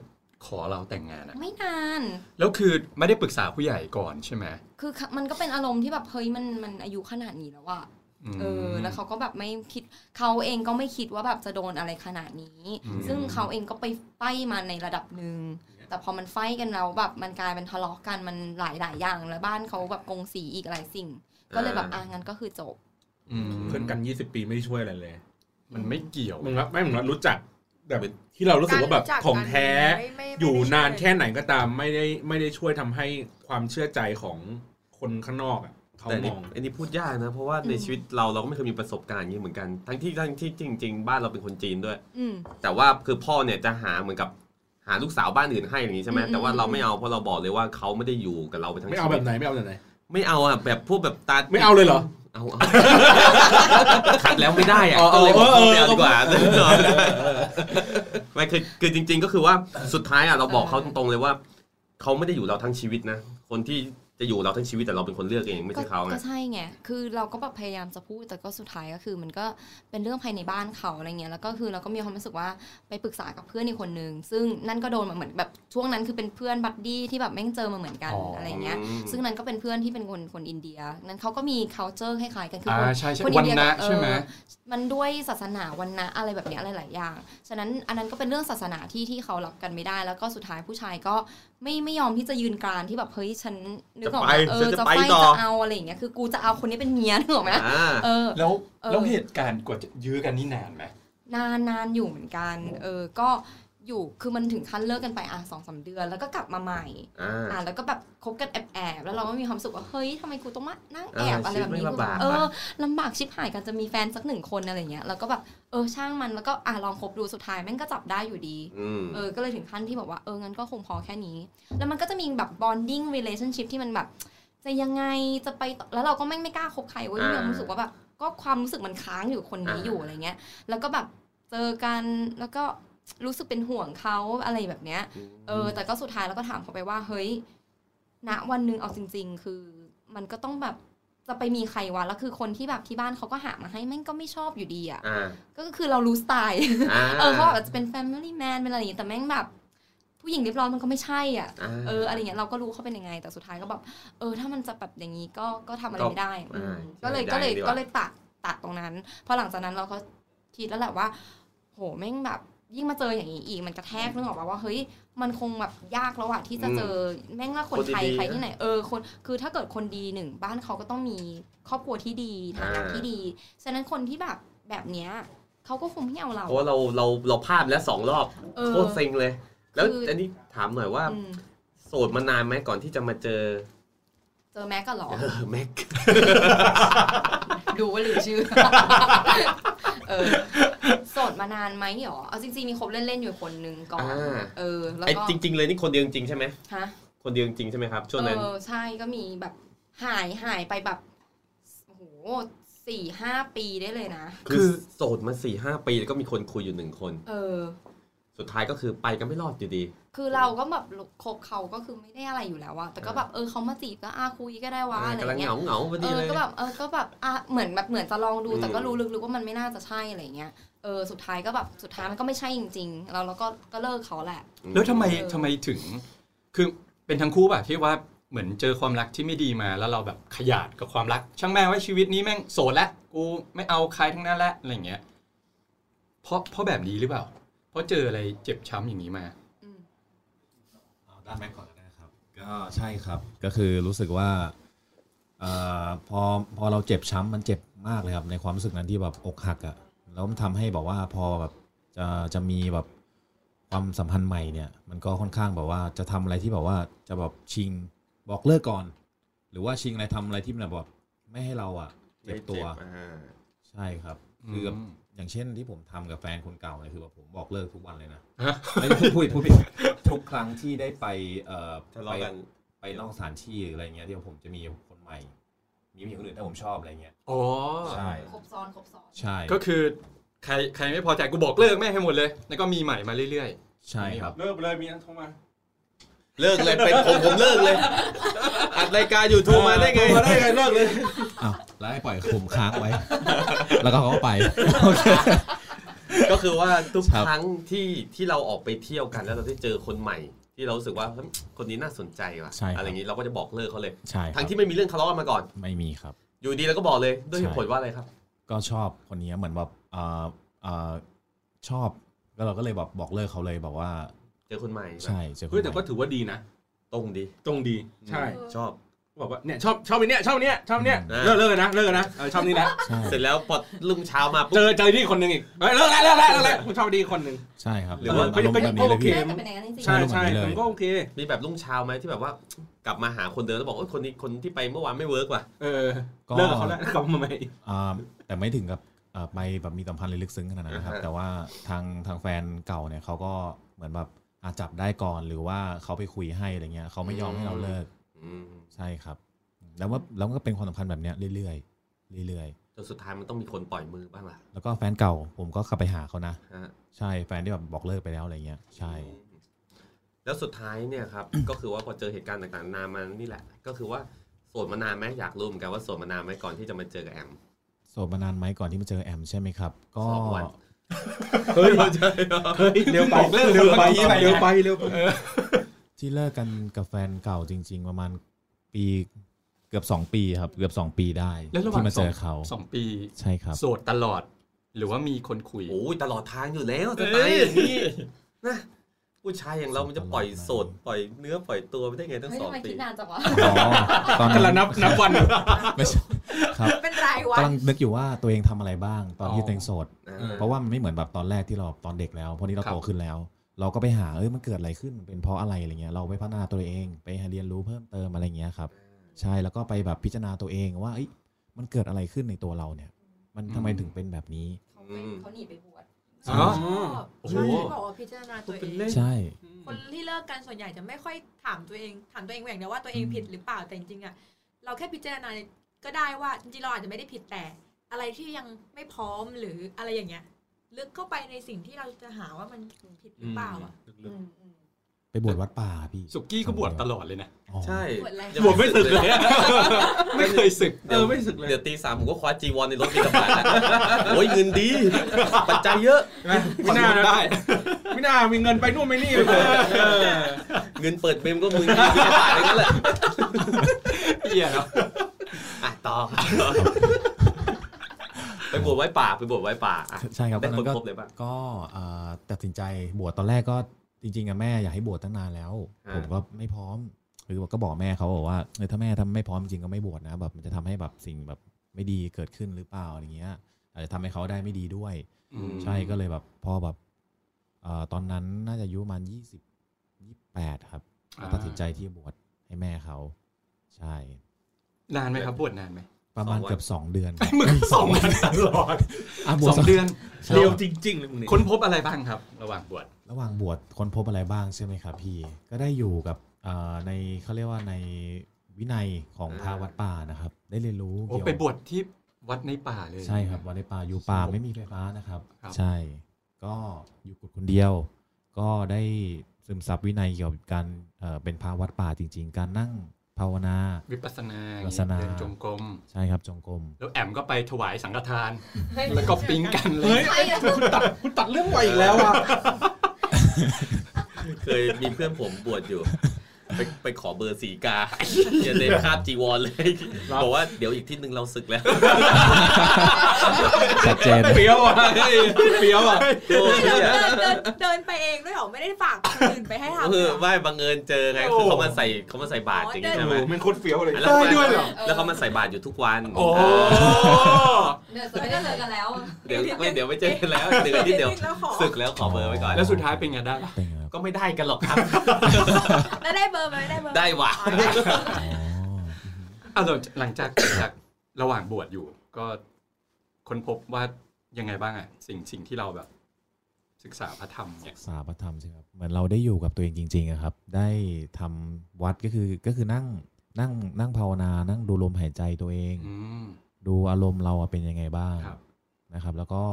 ขอเราแต่งงานอะ
ไม่นาน
แล้วคือไม่ได้ปรึกษาผู้ใหญ่ก่อนใช่ไหม
คือมันก็เป็นอารมณ์ที่แบบเฮ้ยมันมันอายุขนาดนี้แล้วอะ
ม
เออแล้วเขาก็แบบไม่คิดเขาเองก็ไม่คิดว่าแบบจะโดนอะไรขนาดนี้
อืม
ซึ่งเขาเองก็ไปไฟมาในระดับหนึ่งแต่พอมันไฟกันแล้วแบบมันกลายเป็นทะเลาะกันมันหลายหลายๆอย่าง แล้วบ้านเขาแบบกงสีอีกหลายสิ่ง ก็เลยแบบอ่ะงั้นก็คือจบ
อืม
เพื่อนกัน 20 ปีไม่ได้ช่วยอะไรเลย
มันไม่เกี่ยว
มึงรับไม่มึงรับรู้จักแบบที่เรารู้สึกว่าแบบ
จัก
ถ่อม
กัน
แท้
ไม่ไม่ไม่
อยู่
ได้ช่วน
านแค่ไหนก็ตามไม่ได้ไม่ได้ช่วยทำให้ความเชื่อใจของคนข้างนอกอะเขา
แต่
ม
นี่
อง
อันนี้พูดยากนะ เพราะว่า
อืม
ในชีวิตเราเราก็ไม่เคยมีประสบการณ์อย่างนี้เหมือนกัน ทั้งที่ทั้งที่จริง ๆ บ้านเราเป็นคนจีนด้วย
อืม
แต่ว่าคือพ่อเนี่ยจะหาเหมือนกับหาลูกสาวบ้านอื่นให้อย่างนี้ใช่ไหม
อืม
แต่ว่าเราไม่เอาเพราะเราบอกเลยว่าเขาไม่ได้อยู่กับเราไปทั้ง
ไม่เอาแบ
ชี
บ
วิต
ไหนไม่เอาแบบไหน
ไม่เอาอ่ะแบบพวกแบบตา
ไม่เอาเลยเหรอ
เอาเอา ขัดแล้วไม่ได้อ่ะ
อ๋อ
ก็เลยบอก
เออเออ
ไม่เอาดีกว่าไม่คือคือจริง ๆ ก็คือว่าสุดท้ายอ่ะเราบอกเขาตรงๆเลยว่าเขาไม่ได้อยู่เราทั้งชีวิตนะคนที่จะอยู่เราทั้งชีวิตแต่เราเป็นคนเลือกเองไม่ใช่เขา
ก็
ไง
ก็ใช่ไง คือเราก็แบบพยายามจะพูด แต่ก็สุดท้ายก็คือมันก็เป็นเรื่องภายในบ้านเขาอะไรเงี้ย แล้วก็คือเราก็มีความรู้สึกว่าไปปรึกษากับเพื่อนอีกคนนึง ซึ่งนั่นก็โดนมาเหมือนแบบช่วงนั้นคือเป็นเพื่อนบัดดี้ที่แบบแม่งเจอมาเหมือนกัน
อ๋ออ
อะไรเงี้ย
อืม
ซึ่งนั้นก็เป็นเพื่อนที่เป็นคนคนอินเดีย นั้นเขาก็มี c u l t u r e คล้ายๆกันคื
อ่า
คน
ใช่ใช่
คนอิ
วัน
นเดีย
นะ
กับเออ
ใช่ไหม
มันด้วยศาสนาวันนะอะไรแบบเนี้ยหลาย ๆ อย่าง ฉะนั้นอันนั้นก็เป็นเรื่องศาสนาที่ที่เขารับกันไม่ได้ แล้วก็สุดท้ายผู้ชายก็ไม่ไม่ยอมที่จะยืนกรานที่แบบเฮ้ยฉันนึกออกไหม
จะไป
เอ
ฉั
อน
จะ
จะ
ไป
ไฟ
ต่อ
จะเอาอะไรอย่างเงี้ย คือกูจะเอาคนนี้เป็นเมียนึกออกไหม
อ่า
เออ
แล้ว
เออ
แล้วเหตุการณ์กว่าจะยื้อกันนี่นานไหม
นานนานอยู่เหมือนกัน เออ ก็ อยู่คือมันถึงขั้นเลิกกันไปอ่ะสองสามเดือน แล้วก็กลับมาใหม่
อ่า
อ่ะแล้วก็แบบคบกันแอบแอบๆแล้วเราก็มีความสุขว่าเฮ้ยทำไมกูต้องมานั่งแอบ
เออ
อะไรแบบนี้
ชีวิตมันลำบาก
เอ
ปะ
อลำบากชิบหายกันจะมีแฟนสักหนึ่งคนอะไรเงี้ยแล้วก็แบบเออช่างมันแล้วก็อ่ะลองคบดูสุดท้ายแม่งก็จับได้อยู่ดี
อืม
เออ ก็เลยถึงขั้นที่แบบว่า เออ งั้นก็คงพอแค่นี้ แล้วมันก็จะมีแบบ bonding relationship ที่มันแบบ จะยังไง จะไปต่อแล้วเราก็ไม่งไม่กล้าคบใครเว้ย
อ่า
เรารู้สึกว่าแบบ ก็ความรู้สึกมันค้างอยู่คนนี้
อ่า
อยู่อะไรเงี้ย แล้วก็แบบเจอกัน แล้วก็รู้สึกเป็นห่วงเขาอะไรแบบเนี้ย เออ แต่ก็สุดท้ายเราก็ถามเขาไปว่า เฮ้ย ณ วันหนึ่งเอาจริง ๆ คือ มันก็ต้องแบบ จะไปมีใครวะ แล้วคือคนที่แบบที่บ้านเขาก็หามาให้แม่งก็ไม่ชอบอยู่ดีอะ
อ่า
ก็คือเรารู้สไตล์
อ่า
เออเขาอาจจะเป็น family man เป็นอะไรอย่างงี้แต่แม่งแบบ ผู้หญิงเรียบร้อยมันก็ไม่ใช่อ่ะ
า
เอออะไรเงี้ยเราก็รู้เขาเป็นยังไง แต่สุดท้ายก็แบบเออ ถ้ามันจะแบบอย่างนี้ก็ก็ทำอะไรไม่ได้
ก็
อืม
อ่า
ก็เลย
ใช่
ก็เลย
ได้ดีกว่า
ก็เลยตัดตัดตรงนั้นพอหลังจากนั้นเราก็คิดแล้วแหละว่า โหแม่งแบบ ยิ่งมาเจออย่างนี้อีกมันกระแทกนึกออกป่าว่าเฮ้ยมันคงแบบยากแล้วอะที่จะเจอแม่งละคนไทย
คนดีๆ
ใครที่ไหนเออคนคือถ้าเกิดคนดีหนึ่งบ้านเขาก็ต้องมีครอบครัวที่ดีฐานะ
อ่า
ที่ดีฉะนั้นคนที่แบบแบบเนี้ยเขาก็คงไม่เอาเรา
เพราะว่าเราเราเราพลาดแล้วสองรอบ
เออ
โคตรเซ็งเลย แล้ว
คืออั
อันนี้ถามหน่อยว่า
อืม
โสดมานานไหมก่อนที่จะมาเจอ
เจอแม็กกันหรอ
เออแม็ก
ดูว่าลืมชื่อ เออโสดมานานไหมหรอ เอาจริงๆมีคบเล่นๆอยู่คนนึงก่อน
อ่า
เออ แล้ว
ไอ้
ก็
จริง ๆ เลยนี่คนเดียวจริงๆใช่ไหม
ฮะ
คนเดียวจริงๆใช่ไหมครับช่วง
เอ
นั้น
อ ใช่ก็มีแบบหายหายไปแบบโอ้โหสี่ห้าปีได้เลยนะ
คือ โสดมาสี่ห้าปีแล้วก็มีคนคุยอยู่หนึ่งคน
เออ
สุดท้ายก็คือไปกันไม่รอดอยู่ดี
คือเราก็แบบคบเขาก็คือไม่ได้อะไรอยู่แล้วอะแต่ก็แบบเออเขามาจีบก็อาคุยก็ได้วะอะไร
กำลังเห
เงี้ย
งาเหงาๆพอ
เอ
ดี
อ
เลย
ก็แบบเออก็แบบอ่ะเหมือนแบบเหมือนจะลองดู
อืม
แต่ก็รู้ลึกๆว่ามันไม่น่าจะใช่อะไรเงี้ยเออสุดท้ายก็แบบสุดท้ายมันก็ไม่ใช่จริงๆแล้วเราก็ก็เลิกเขาแหละ
แล้วทำไม
เออ
ทำไมถึง คือเป็นทั้งคู่ป่ะที่ว่าเหมือนเจอความรักที่ไม่ดีมา แล้วเราแบบขยาดกับความรัก ช่างแม่งไว่าชีวิตนี้แม่งโสดแล้วกูไม่เอาใครทั้งนั้นละอะไรอย่างเงี้ยเพราะเพราะแบบนี้หรือเปล่า เพราะเจออะไรเจ็บช้ำอย่างนี้มา
อืม
เอาด้านแม็กก่อนก็ได้ครับ ก็ใช่ครับ ก็คือรู้สึกว่าเอ่อพอพอเราเจ็บช้ำมันเจ็บมากเลยครับ ในความรู้สึกนั้นที่แบบอกหักอะ่ะแล้วมันทำให้แบอกว่าพอแบบจะจะมีแบบความสัมพันธ์ใหม่เนี่ย มันก็ค่อนข้างแบบว่าจะทำอะไรที่แบบว่าจะแบบชิงบอกเลิกก่อน หรือว่าชิงอะไรทำอะไรที่มันแบบไม่ให้เราอะ่ะเจ็บตัว ใช่ครับคือแบบ
อืม
อย่างเช่นที่ผมทำกับแฟนคนเก่าเนี่ยคือแบบผมบอกเลิกทุกวันเลยนะ
ฮะ
ไม่พูดพูดพูดผิดทุกครั้งที่ได้ไปเอ่อ
ทะเลาะ
ไป
กัน
ไปนอกสถานที่หรืออะไรเงี้ยที่ผมจะมีคนใหม่ มีผู้หญิงคนอื่นถ้าผมชอบอะไรเงี้ย
อ๋อ
ใช่
ครบซ้อนครบซ้อน
ใช่
ก็คือใครใครไม่พอใจกูบอกเลิกแม่งให้หมดเลย แล้วก็มีใหม่มาเรื่อย
ใช่ครับ
เลิกไปเลยมีอันโทรมา
เลิกเลยเป็นผมผมเลิกเลยอัดรายการอยู่โทรมาได้ไง
มาได้ไงเลิกเลย
อ้าวแล้วให้ปล่อยผมค้างไว้ แล้วก็เขาก็ไปโอเค
ก็คือว่าทุก
ครับ
ครั้งที่ที่เราออกไปเที่ยวกันแล้วเราได้เจอคนใหม่ ที่เรารู้สึกว่าเฮ้ยคนนี้น่าสนใจว่ะ
ใช่ครับ
อะไรอย่างนี้เราก็จะบอกเลิกเขาเลย
ใช่ครับ
ทั้งที่ไม่มีเรื่องทะเลาะกันมาก่อน
ไม่มีครับ
อยู่ดีเราก็บอกเลยด้วยเหตุ
ใช่
ผลว่าอะไรครับ
ก็ชอบคนนี้เหมือนแบบเอ่อเอ่อชอบก็เราก็เลยแบบบอกเลิกเขาเลยบอกว่า
เจอคนใหม่
ใช่เจอคน
เฮ้ยแต่ก็
ใหม่
ถือว่าดีนะ
ตรงดี
ตรงดีใช่
ชอบ
บอกว่าเนี่ยชอบชอบไอันเนี้ยชอบอันเนี้ยชอบอันเนี้ย
อืม
เลิกเลิกกันนะเลิกกันนะเออชอบนี้นะ
ใช่
เสร็จแล้วพอรุ่งเช้ามาปุ๊
เจ
บ
อเจอที่คนหนึ่งอีกเฮ้ยเลิกแล้วเลิกแล้วเลิกแล้วชอบดีคนหนึ่ง
ใช่ครับ
หรือว่า
อารมณ์แบบนี้เลย
ก็โอค
พี่
แต่เป็นอย่างนั้นจริง
ใช่
อารมณ์แบบ
ใช่
นี้เลย
มันก็โอเค
มีแบบรุ่งเช้าไหมที่แบบว่ากลับมาหาคนเดิมแล้วบอกโอ้ยคนนี้คนที่ไปเมื่อวานไม่เวิร์กว่ะ
เออ
ก็
เลิกกับเขาแล้วกลับมาใหม่อีก
อ่าแต่ไม่ถึงกับอ่าไปแบบมีสัมพันธ์อะไรลึกซึ้งขนาดนั้นนะครับ
อ่าฮะ
แต่ว่าทางทางแฟนเก่าเนี่ยเขาก็เหมือนแบบอาจับได้ก่อนหรือว่าเขาไปคุยให้อะไรเงี้ยเขาไม่ยอมให้เราเลิก
อืม
ใช่ครับ แล้วว่าแล้วก็เป็นความสัมพันธ์แบบเนี้ยเรื่อยๆเรื่อย
จนสุดท้ายมันต้องมีคนปล่อยมือบ้างล่ะ
ๆ แล้วก็แฟนเก่าผมก็กลับไปหาเขานะ
ฮะ
ใช่แฟนที่แบบบอกเลิกไปแล้วอะไรเงี้ยใช่
แล้วสุดท้ายเนี่ยครับ ก็คือว่าพอเจอเหตุการณ์ต่างๆนานามันนี่แหละ ก็คือว่าโสดมานานไหมอยากรู้เหมือนกันว่าโสดมานานไหมก่อนที่จะมาเจอกับแอม
โสดมานานไหมก่อนที่มาเจอแอมใช่ไหมครับ ก็
สองวัน
เฮ้ย
เข้าใจเหรอ
เฮ้ยเร็วไป
บอกเลิกเมื่อกี้ไป
เร็วไปเร็วไป
ที่เลิกกันกับแฟนเก่าจริง ๆ ประมาณปีเกือบสองปีครับ เกือบสองปีได้
ๆ แล้วระหว่าง
ที่มา
ส
เจ
อง
อเขา
สองปี
ใช่ครับ
โสดตลอด หรือว่ามีคนคุย
โอ้ยตลอดทางอยู่แล้วจะตายอย่างนี้นะผู้ชายอย่างเรามันจะปล่อยโสดปล่อยเนื้อปล่อยตัวไม่ได้ไง
ๆ
ตั้ง
เฮ้ย
สอง
ทำไม
ปี
คิดนานจังวะ
อ๋อตอน
กำลั
นั้
ง
น
นับนับวันอยู่
ไม่ใช่ครับ
เป็นรายวัน
กำลังนึกอยู่ว่าตัวเองทำอะไรบ้างตอนที่
อ๋อ
ตัวเองโสด
อ่า
เพราะว่ามันไม่เหมือนแบบตอนแรกที่เราตอนเด็กแล้วเพราะนี้เรา
ครับ
โตขึ้นแล้ว เราก็ไปหาเอ้ยมันเกิดอะไรขึ้นเป็นเพราะอะไรอะไรเงี้ยเราไปพัฒนาตัวเองไปหาเรียนรู้เพิ่มเติมอะไรเงี้ยครับ ใช่แล้วก็ไปแบบพิจารณาตัวเองว่าเอ้ยมันเกิดอะไรขึ้นในตัวเราเนี่ย มันทำไมถึงเป็นแบบนี้
เขาไปเขาหนีไปบวช
อ๋อ
โอ้โหบอกว่าพิจารณาตัวเอง
ใช่
คนที่เลิกกันส่วนใหญ่จะไม่ค่อยถามตัวเอง ถามตัวเองอย่างเดียวว่าตัวเองผิดหรือเปล่าแต่จริงๆอะเราแค่พิจารณาก็ได้ว่าจริงๆเราอาจจะไม่ได้ผิดแต่ อะไรที่ยังไม่พร้อมหรืออะไรอย่างเงี้ยลึกเข้าไปในสิ่งที่เราจะหาว่ามันผิดหรือเปล่าอ่ะ
ไปบวชวัดป่าพี่
สุกี้ก็บวชตลอดเลยนะ
อ๋อ
ใช่
ปวดอะไร
ยัง
บวชไม่สึกเลยอะ
ไม่เคยศึก
เออไม่สึกเลย
เดี๋ยวตีสามผมก็คว้าจีวรในรถบินบาต แล้วโอ้ยเงินดีปัจจัยเยอะ
ไม่น่านะ
ได้
ไม่น่ามีเงินไปนู่นไปนี่เลย
เงินเปิดเมมก็มึงบินบาตอย่างนั้นแหละ
เหี้ยเนาะ
อ่ะต่อไปบวชไว้ป่าไปบวชไว้ป่าอ่ะ
ใช่ครับ
ได้
ตอนนั้นก็
คนพบเลยปะ
ก็เอ่อตัดสินใจบวชตอนแรกก็จริงๆอะแม่อยากให้บวชตั้งนานแล้ว
อ่า
ผมก็ไม่พร้อมคือก็บอกแม่เขาบอกว่าเออถ้าแม่ทำไม่พร้อมจริงก็ไม่บวชนะแบบมันจะทำให้แบบสิ่งแบบไม่ดีเกิดขึ้นหรือเปล่าอะไรเงี้ยอาจจะทำให้เขาได้ไม่ดีด้วย ใช่ก็เลยแบบพอแบบเอ่อตอนนั้นน่าจะอายุประมาณยี่สิบยี่แปดครับก็ตัดสินใจที่จะบวชให้แม่เขา ใช่
นานไหมครับบวชนานไหม
ประมาณ
สองวัน
เกือบสองเดือนครับ
มึงสองวันตลอด
อ่ะบวช
สองเดือน
เร็วจริงๆเลยมึงเนี่ย
ค้นพบอะไรบ้างครับ ระหว่างบวช
ระหว่างบวชค้นพบอะไรบ้างใช่ไหมครับพี่ ก็ได้อยู่กับเอ่อในเขาเรียกว่าในวินัยของพระวัดป่านะครับ ได้เรียนรู้
โอ้
เกี่ยว
ไปบวชที่วัดในป่าเลย
ใช่ครับวัดในป่าอยู่ป่าไม่มีไฟฟ้านะครับ
ครับ
ใช่ ก็อยู่กุดคนเดียว ก็ได้ซึมซับวินัยเกี่ยวกับการเอ่อเป็นพระวัดป่าจริง ๆ การนั่งภาวนา
วิปัสสนา
วิปัสสนา
เดินจงกรม
ใช่ครับจงกรม
แล้วแอมก็ไปถวายสังฆทาน แล้วก็ปิ๊งกันเลย
คุณตัดเรื่องไวอีกแล้วอ่ะ
เคยมีเพื่อนผมบวชอยู่ ไปไปขอเบอร์สีกาอย่าเดนคาบจีวรเลย บอกว่าเดี๋ยวอีกที่หนึ่งเราศึกแล้ว
ชัดเจน
เปรี้ยวอ่ะเฮ้ยเปรี้ยวอ่ะ
ไม่เดินเดินเดินเดินไปเองด้วยเหรอไม่ได้ฝากคนอื่นไปให้ทำ
คือ
เหรอ
ไม่บังเอิญเจอไงคือเขามาใส่เขามาใส่บาตรอย่างนี้
อ๋อ
ใช่ไหม
มันโคตรเฟี้ยวเลย
แล้วเขา
ได้ด้วยเหรอ
แล้วเขามาใส่บาตรอยู่ทุกวัน
โอ้
เออ
เดี๋ยวจะไม่ได้เจอกันแล้ว
เดี๋ยวไม่เดี๋ยวไม่เจอกันแล้วเดี๋ยวนิดเดียวศึกแล้วขอเบอร์ไว้ก่อน
แล้วสุดท้ายเป็นไงได้ปะ
เป็นไงครับ
ก็ไม่ได้กันหรอก ครับ
แล้วได้เบอร์ไหมได้เบอร์หม
ได้ว่ะ
อ๋อได้
อ๋อ
อ่ะเราหลังจาก จากระหว่างบวชอยู่ ก็ค้นพบว่ายังไงบ้างอะสิ่งสิ่งที่เราแบบ ศึกษาพระธรรมเนี่ย
สาปธรรมใช่ไหมครับ เหมือนเราได้อยู่กับตัวเองจริงๆอะครับ ได้ทำวัดก็คือก็คือนั่งนั่งนั่งภาวนา นั่งดูลมหายใจตัวเอง
อืม
ดูอารมณ์เราอะเป็นยังไงบ้าง
ครับ
นะครับ แล้วก็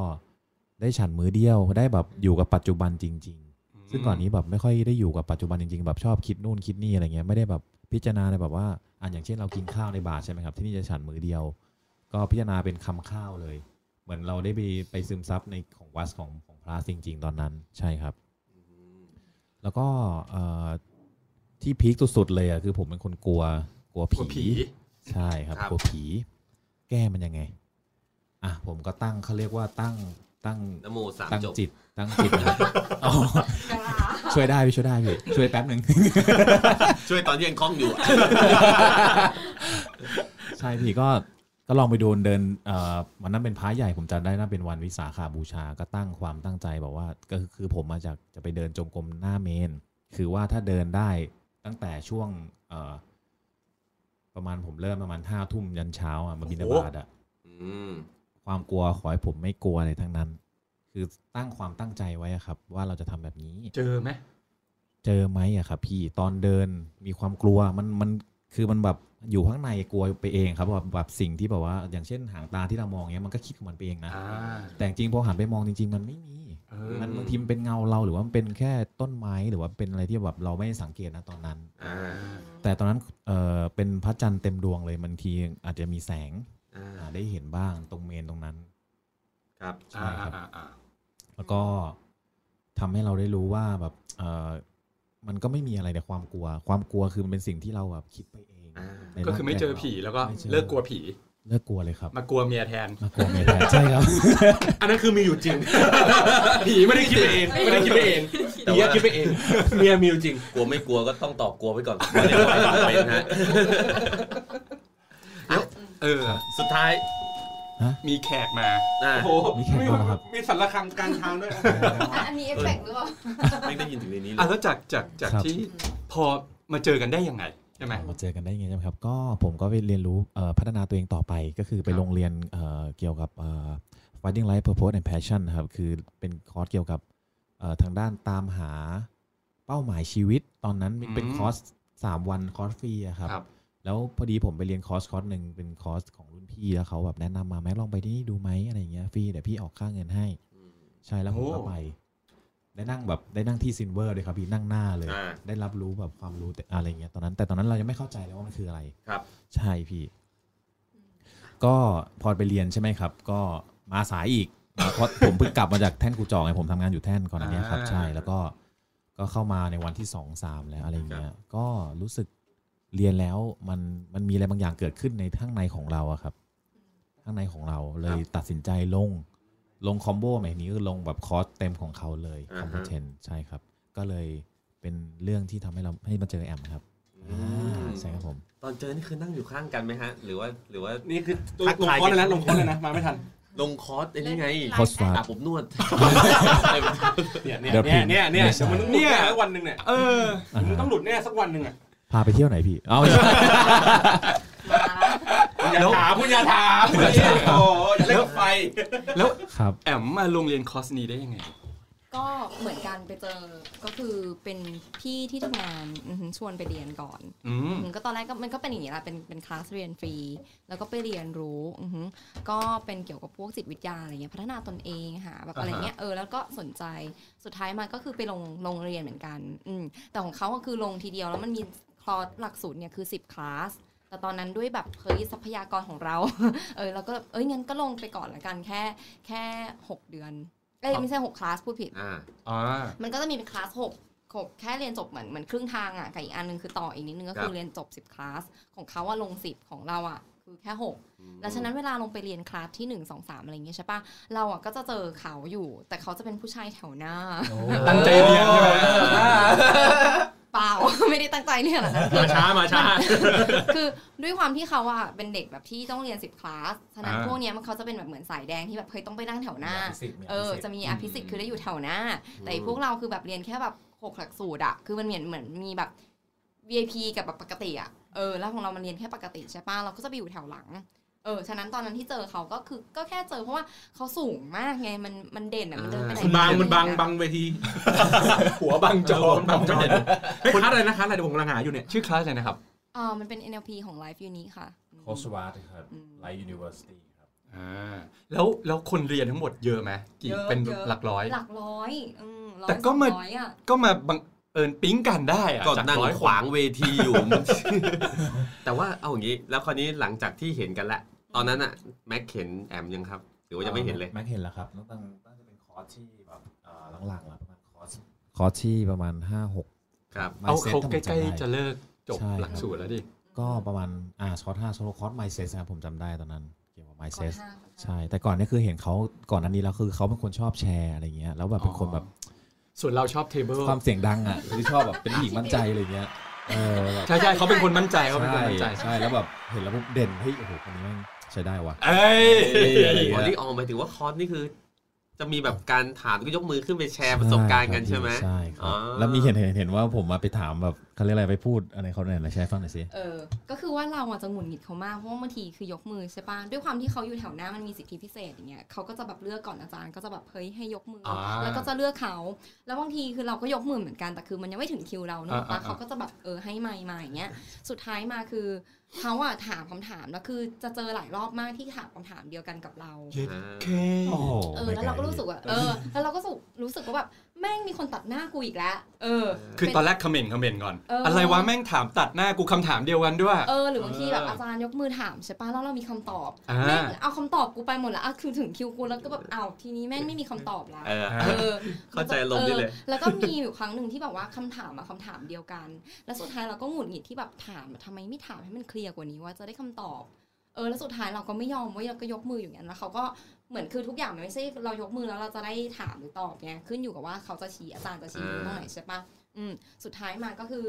ได้ฉันมือเดียว ได้แบบอยู่กับปัจจุบันจริง ๆ ซึ่งก่อนนี้แบบไม่ค่อยได้อยู่กับปัจจุบันจริงๆ แบบชอบคิดนู่นคิดนี่อะไรเงี้ย ไม่ได้แบบพิจารณาในแบบว่าอ่านอย่างเช่นเรากินข้าวในบาทใช่ไหมครับ ที่นี่จะฉันมือเดียว ก็พิจารณาเป็นคำข้าวเลย เหมือนเราได้ไปไปซึมซับในของวัดของของพระจริง ๆ ตอนนั้น ใช่ครับ แล้วก็เอ่อที่พีคสุดๆเลยอ่ะคือผมเป็นคนกลัวกลัว
กลัวผี
ผีใช่ครับ
ครับ
กลัวผี แก้มันยังไงอ่ะผมก็ตั้งเขาเรียกว่าตั้งตั้ง
นะโมสาม
ตั้ง
จบ
จิต ตั้งจิตนะครับ อ๋อ
เวลา
ช่วยได้พี่ช่วยได้พี่ช่วยแป๊บหนึ่ง
ช่วยตอนที่ยังคล้องอยู่อะ
ใช่พี่ก็ก็ลองไปดูเดินเอ่อวันนั้นเป็นพระใหญ่ผมจำได้น่าเป็นวันวิสาขาบูชาก็ตั้งความตั้งใจบอกว่าก็คือคือผมมาจากจะไปเดินจงกรมหน้าเมน คือว่าถ้าเดินได้ตั้งแต่ช่วงเอ่อประมาณผมเริ่มประมาณห้าทุ่มยันเช้าอ่ะมาบินบาตอ่ะ
อืม
ความกลัวขอให้ผมไม่กลัวอะไรทั้งนั้น คือตั้งความตั้งใจไว้อะครับ ว่าเราจะทำแบบนี้
เจอไหม
เจอไหมอะครับพี่ตอนเดินมีความกลัวมันมันคือมันแบบอยู่ข้างในกลัวไปเองครับแบบแบบสิ่งที่แบบว่า อย่างเช่นหางตาที่เรามองเนี้ยมันก็คิดของมันไปเองนะ
อ่า
แต่จริงๆพอหันไปมองจริง ๆ มันไม่มี
เออ
มันบางทีมันเป็นเงาเราหรือว่ามันเป็นแค่ต้นไม้หรือว่าเป็นอะไรที่แบบเราไม่ได้สังเกตนะตอนนั้น
อ่า
แต่ตอนนั้นเออเป็นพระจันทร์เต็มดวงเลยบางทีอาจจะมีแสง
อ่า
อ่าได้เห็นบ้างตรงเมนตรงนั้น
ครับ
ใช่
อ่า
ครับ
อ่าอ่า
แล้วก็ทำให้เราได้รู้ว่าแบบเออมันก็ไม่มีอะไรแต่ความกลัว ความกลัวคือมันเป็นสิ่งที่เราแบบคิดไปเอง
อ่า
ในร่าง
ก็คือไม่เจอผีแล้วก็
ไม่จอ
เลิกกลัวผี
เลิกกลัวเลยครับ
มากลัวเมียแทน
มากลัวไม่ได้ ใช่ครับ
อันนั้นคือมีอยู่จริง ผีไม่ได้คิดไปเองไม่ได้คิดไปเอง
แต่
เมีย
ว่า
คิดไปเองเมียมีอยู่จริง
กลัวไม่กลัวก็ต้องตอบกลัวไว้ก่อนว่าเดี๋ยวเราไม่เป็นฮะ
เออ
สุดท้าย
ฮะ
มีแขกมา
อ่า
โอ้โห
มีแขกมาครับ
มีสารคังกลางทางด้วย
อ่ะอันนี้เอฟเฟกต์หรือเปล่า
ไม่ได้ยินถึงในนี้เล
อ่ะ
ย
แล้วจากจากจาก
ครับ
ที่พอมาเจอกันได้ยังไงใช่ไหม
เราเจอกันได้ยังไงใช่ไหมครับ ก็ผมก็ไปเรียนรู้เอ่อพัฒนาตัวเองต่อไป ก็คือไป
ครับ
โรงเรียนเอ่อเกี่ยวกับเอ่อ finding life purpose and passion นะครับ คือเป็นคอร์สเกี่ยวกับเอ่อทางด้านตามหาเป้าหมายชีวิต ตอนนั้นมันเป็น
อืม
คอร์สสามวันคอร์สฟรีอะครับ
ครับ
แล้วพอดีผมไปเรียนคอร์สคอร์สหนึ่งเป็นคอร์สของรุ่นพี่แล้วเขาแบบแนะนำมาแม่ลองไปที่นี่ดูไหมอะไรอย่างเงี้ยฟรีเดี๋ยวพี่ออกค่าเงินให้ ใช่แล้วผมก็
โอ้
ไป ได้นั่งแบบได้นั่งที่ซินเวอร์เลยครับพี่นั่งหน้าเลย
อ่า
ได้รับรู้แบบความรู้แต่อะไรเงี้ยตอนนั้น แต่ตอนนั้นเรายังไม่เข้าใจเลยว่ามันคืออะไร
ครับ
ใช่พี่ ก็พอไปเรียนใช่ไหมครับ ก็มาสายอีก เพราะผมเพิ่งกลับมาจากแท่นกูจองไงผมทำงานอยู่แท่นก่อนอันเนี้ยครับ
อ่า
ใช่แล้วก็ก็เข้ามาในวันที่สองสามแล้วอะไรเงี้ยก็รู้สึกเรียนแล้วมันมันมีอะไรบางอย่างเกิดขึ้นในข้างในของเราอะครับ ข้างในของเราเลยตัดสินใจลง ลงคอมโบใหม่นี้ก็ลงแบบคอร์สเต็มของเขาเลยค
อ่า
อม
ฮะ
โบเทนใช่ครับ ก็เลยเป็นเรื่องที่ทำให้เราให้มาเจอแอมครับ
อืม
อ่าใช่ครับผม
ตอนเจอนี่คือนั่งอยู่ข้างกันไหมฮะ หรือว่าหรือว่า
นี่คือล
ทั
ง
ก
ค
ทาย
อร์สเลยนะลงคอร์สเลยนะ มาไม่ทัน
ลงคอร์สไอ้นี่ไง
คอร์สฟา
อาบอบนว ด
เนี่ยเนี่ย
เดี๋ยวผิด
เนี่ยเนี่ย
ไม่ใช่
เดี๋ยวมันเนี่ยสักวันหนึ่งเนี่ย
เออ
มันต้องหลุดแน่สักวันหนึ่งอ่ะ
พาไปเที่ยวไหนพี่เอาไม่ใช่
อย่าถามคุณอย่าถามคุณอย่าถามโอ้โหอย่าเล่นกับไฟ
แล้ว
ครับ
แอมมาโรงเรียนคอร์สนี้ได้ยังไง
ก็เหมือนกันไปเจอก็คือเป็นพี่ที่ทำงานอือหือชวนไปเรียนก่อน
อืม
อืมก็ตอนแรกก็มันก็เป็นอย่างนี้แหละเป็นเป็นคลาสเรียนฟรี แล้วก็ไปเรียนรู้อือหือก็เป็นเกี่ยวกับพวกจิตวิทยาอะไรเงี้ยพัฒนาตนเองหาแบบอะไรเงี้ยเออแล้วก็สนใจสุดท้ายมาก็คือไปลงลงเรียนเหมือนกันอืมแต่ของเขาก็คือลงทีเดียวแล้วมันมีคลอร์สหลักสูตรเนี่ยคือ 10 คลาส แต่ตอนนั้นด้วยแบบเฮ้ยทรัพยากรของเรา เออเราก็เอ้ยงั้นก็ลงไปก่อนละกันแค่แค่ 6 เดือนเอ้ย
ครับ
ไม่ใช่หกคลาสพูดผิด
อ่า
อ่า
มันก็จะมีเป็นคลาสหกหกแค่เรียนจบเหมือนเหมือนครึ่งทางอ่ะกับอีกอันหนึงคือต่ออีกนิดนึง
ค
ก็
รับ
คือเรียนจบ 10 คลาส ของเขาว่าลง 10 ของเราอ่ะ คือแค่ 6 แล้วฉะนั้นเวลาลงไปเรียนคลาสที่ 1 2 3 อะไรอย่างเงี้ยใช่ปะเราอ่ะก็จะเจอเขาอยู่ แต่เขาจะเป็นผู้ชายแถวหน้า
ตั้งใจเรียนใช่ไหม
เปล่า ไม่ได้ตั้งใจเรียนหรอกนะคือ
มาช้ามาช้า
คือด้วยความที่เขาอะเป็นเด็กแบบที่ต้องเรียน 10 คลาส ฉะนั้น
อ่า
พวกเนี้ยมันเขาจะเป็นแบบเหมือนสายแดงที่แบบเคยต้องไปนั่งแถวหน้า เออ จะมีอภิสิทธิ์คือได้อยู่แถวหน้า แต่ไอ้พวกเราคือแบบเรียนแค่แบบหกหลักสูตรอะคือมันเหมือนเหมือนมีแบบ VIP กับแบบปกติอะเออ แล้วของเรามันเรียนแค่ปกติใช่ปะเราก็จะไปอยู่แถวหลัง เออ ฉะนั้นตอนนั้นที่เจอเขาก็คือก็แค่เจอเพราะว่าเขาสูงมากไง มันมันเด่นอะมันเดินไปไหน
มันบาง
ไได้
มันบาง
อะ
บางเวที
หัวบังจอ
คนบางจอเฮ้ยคัดอะไรนะคัดอะไรเดี๋ยวผมกำลังหาอยู่เนี่ย
ชื่อคลาสอะไรนะครับ
อ่ามันเป็น NLP ของ Life Unique ค่ะ
โคสวาร์ครับ
อืม
ไลท์ยูนิเวอร์ซิตี้ครับ
อ่า แล้วแล้วคนเรียนทั้งหมดเยอะไหมกี่
เยอะ
เป็น
เยอะ
หลักร้อย
หลักร้อยอืมร้อย
แต่ก็
สอง
มา
ร้อยอ่ะ
ก็มาบังเอิญปิ๊งกันได้อะ
ก็
จาก
นั่ง
ร้อยขวาว
ขางเวทีอยู่ แต่ว่าเอาอย่างนี้ แล้วคราวนี้หลังจากที่เห็นกันละ ตอนนั้นอะแม็กเห็นแอมยังครับ หรือว่ายังไม่เห็นเลย
แม็กเห็นแล้วครับตั้งแต่ตั้งแต่เป็นคอร์สที่แบบเอ่อหลังๆแล้วประมาณคอร์สคอร์สที่ประมาณห้าหก
ครับ
เอา
mindset
เขา
ถ้ผ
ใกล้
มำได้
ๆ จะเลิกจบ
ใช่
หลักสูตรแล้วดิ
ก็ประมาณอ่าคอร์สห้าคอร์สไมเซ็ตครับผมจำได้ตอนนั้นเกี่ยวกับไม
ขอ
เซ็ต
ห้าขอห้า
ใช่ แต่ก่อนเนี่ยคือเห็นเขาก่อนอันนี้แล้วคือเขาเป็นคนชอบแชร์อะไรเงี้ยแล้วแบบเป็นคนแบบ
ส่วนเราชอบเทเบิล
ความเสียงดังอ่ะคือชอบแบบเป็นผู้หญิงมั่นใจอะไรเงี้ยเออแบบ
ใช่ใช่เขาเป็นคนมั่นใจเขาเป็นคน
ใช่
มั่นใจ
ใช่แล้วแบบเห็นแล้วปุ๊บเด่นเฮ้ยโอ้โหคนนี้แม่งใช้ได้ว่ะ
เอ้ย
อ๋อนี่ออกหมายถึงว่าคอร์สนี่คือ จะมีแบบการถามก็ยกมือขึ้นไปแชร์ประสบการณ์กันใช่ไหม
ใช่ค
อ๋
รับ
อ
แล้วมีเห็นเห็นเห็นว่าผมมาไปถามแบบเขาเรียกอะไรไปพูดอะไรเขาเนี่ยนะแชร์ให้ฟังหน่อยสิ
เออ ก็คือว่าเราอ่ะจะหงุดหงิดเขามาก เพราะว่าบางทีคือยกมือใช่ปะด้วยความที่เขาอยู่แถวหน้ามันมีสิทธิพิเศษอย่างเงี้ยเขาก็จะแบบเลือกก่อนอาจารย์ก็จะแบบเฮ้ยให้ยกมืออา แล้วก็จะเลือกเขา แล้วบางทีคือเราก็ยกมือเหมือนกัน แต่คือมันยังไม่ถึงคิวเราเนอะ
อ่า
ปะ
อ่า
เขาก็จะแบบเออให้ไมค์มาอย่างเงี้ย สุดท้ายมาคือเขาอ่ะถามคำถามแล้วคือจะเจอหลายรอบมากที่ถามคำถามเดียวกันกับเรา
อ่า
เค
โอ้โห
เออ แล้วเราก็รู้สึกว่า เออ แล้วเราก็รู้สึกรู้สึกว่าแบบแม่งมีคนตัดหน้ากูอีกแล้ว เออ
คือตอนแรกคอมเมนต์คอมเมนต์ก่อน
เอออ
อะไรวะแม่งถามตัดหน้ากูคำถามเดียวกันด้วย
เออหรือบางทีแบบ
เอออ
อาจารย์ยกมือถามใช่ปะแล้วเรามีคำตอบ
อ่า
แม่งเอาคำตอบกูไปหมดแล้วอ่ะคือถึงคิวกูแล้วก็แบบอ้าวทีนี้แม่งไม่มีคำตอบแล้ว
เออ
เออ
เข้าใจลมได้เลย
ออแล้วก็มีอยู่ครั้งหนึ่งที่แบบว่าคำถามอะคำถามเดียวกัน แล้วสุดท้ายเราก็หงุดหงิดที่แบบถามทำไมไม่ถามให้มันเคลียร์กว่านี้ว่าจะได้คำตอบ เออแล้วสุดท้ายเราก็ไม่ยอมเว่าเราก็ยกมืออยู่อย่างนั้นแล้วเขาก็เหมือนคือทุกอย่างมันไม่ใช่เรายกมือแล้วเราจะได้ถามหรือตอบไงขึ้นอยู่กับว่าเขาจะชี้อาจารย์จะชี้ตรงไหนใช่ปะอืมสุดท้ายมาก็คือ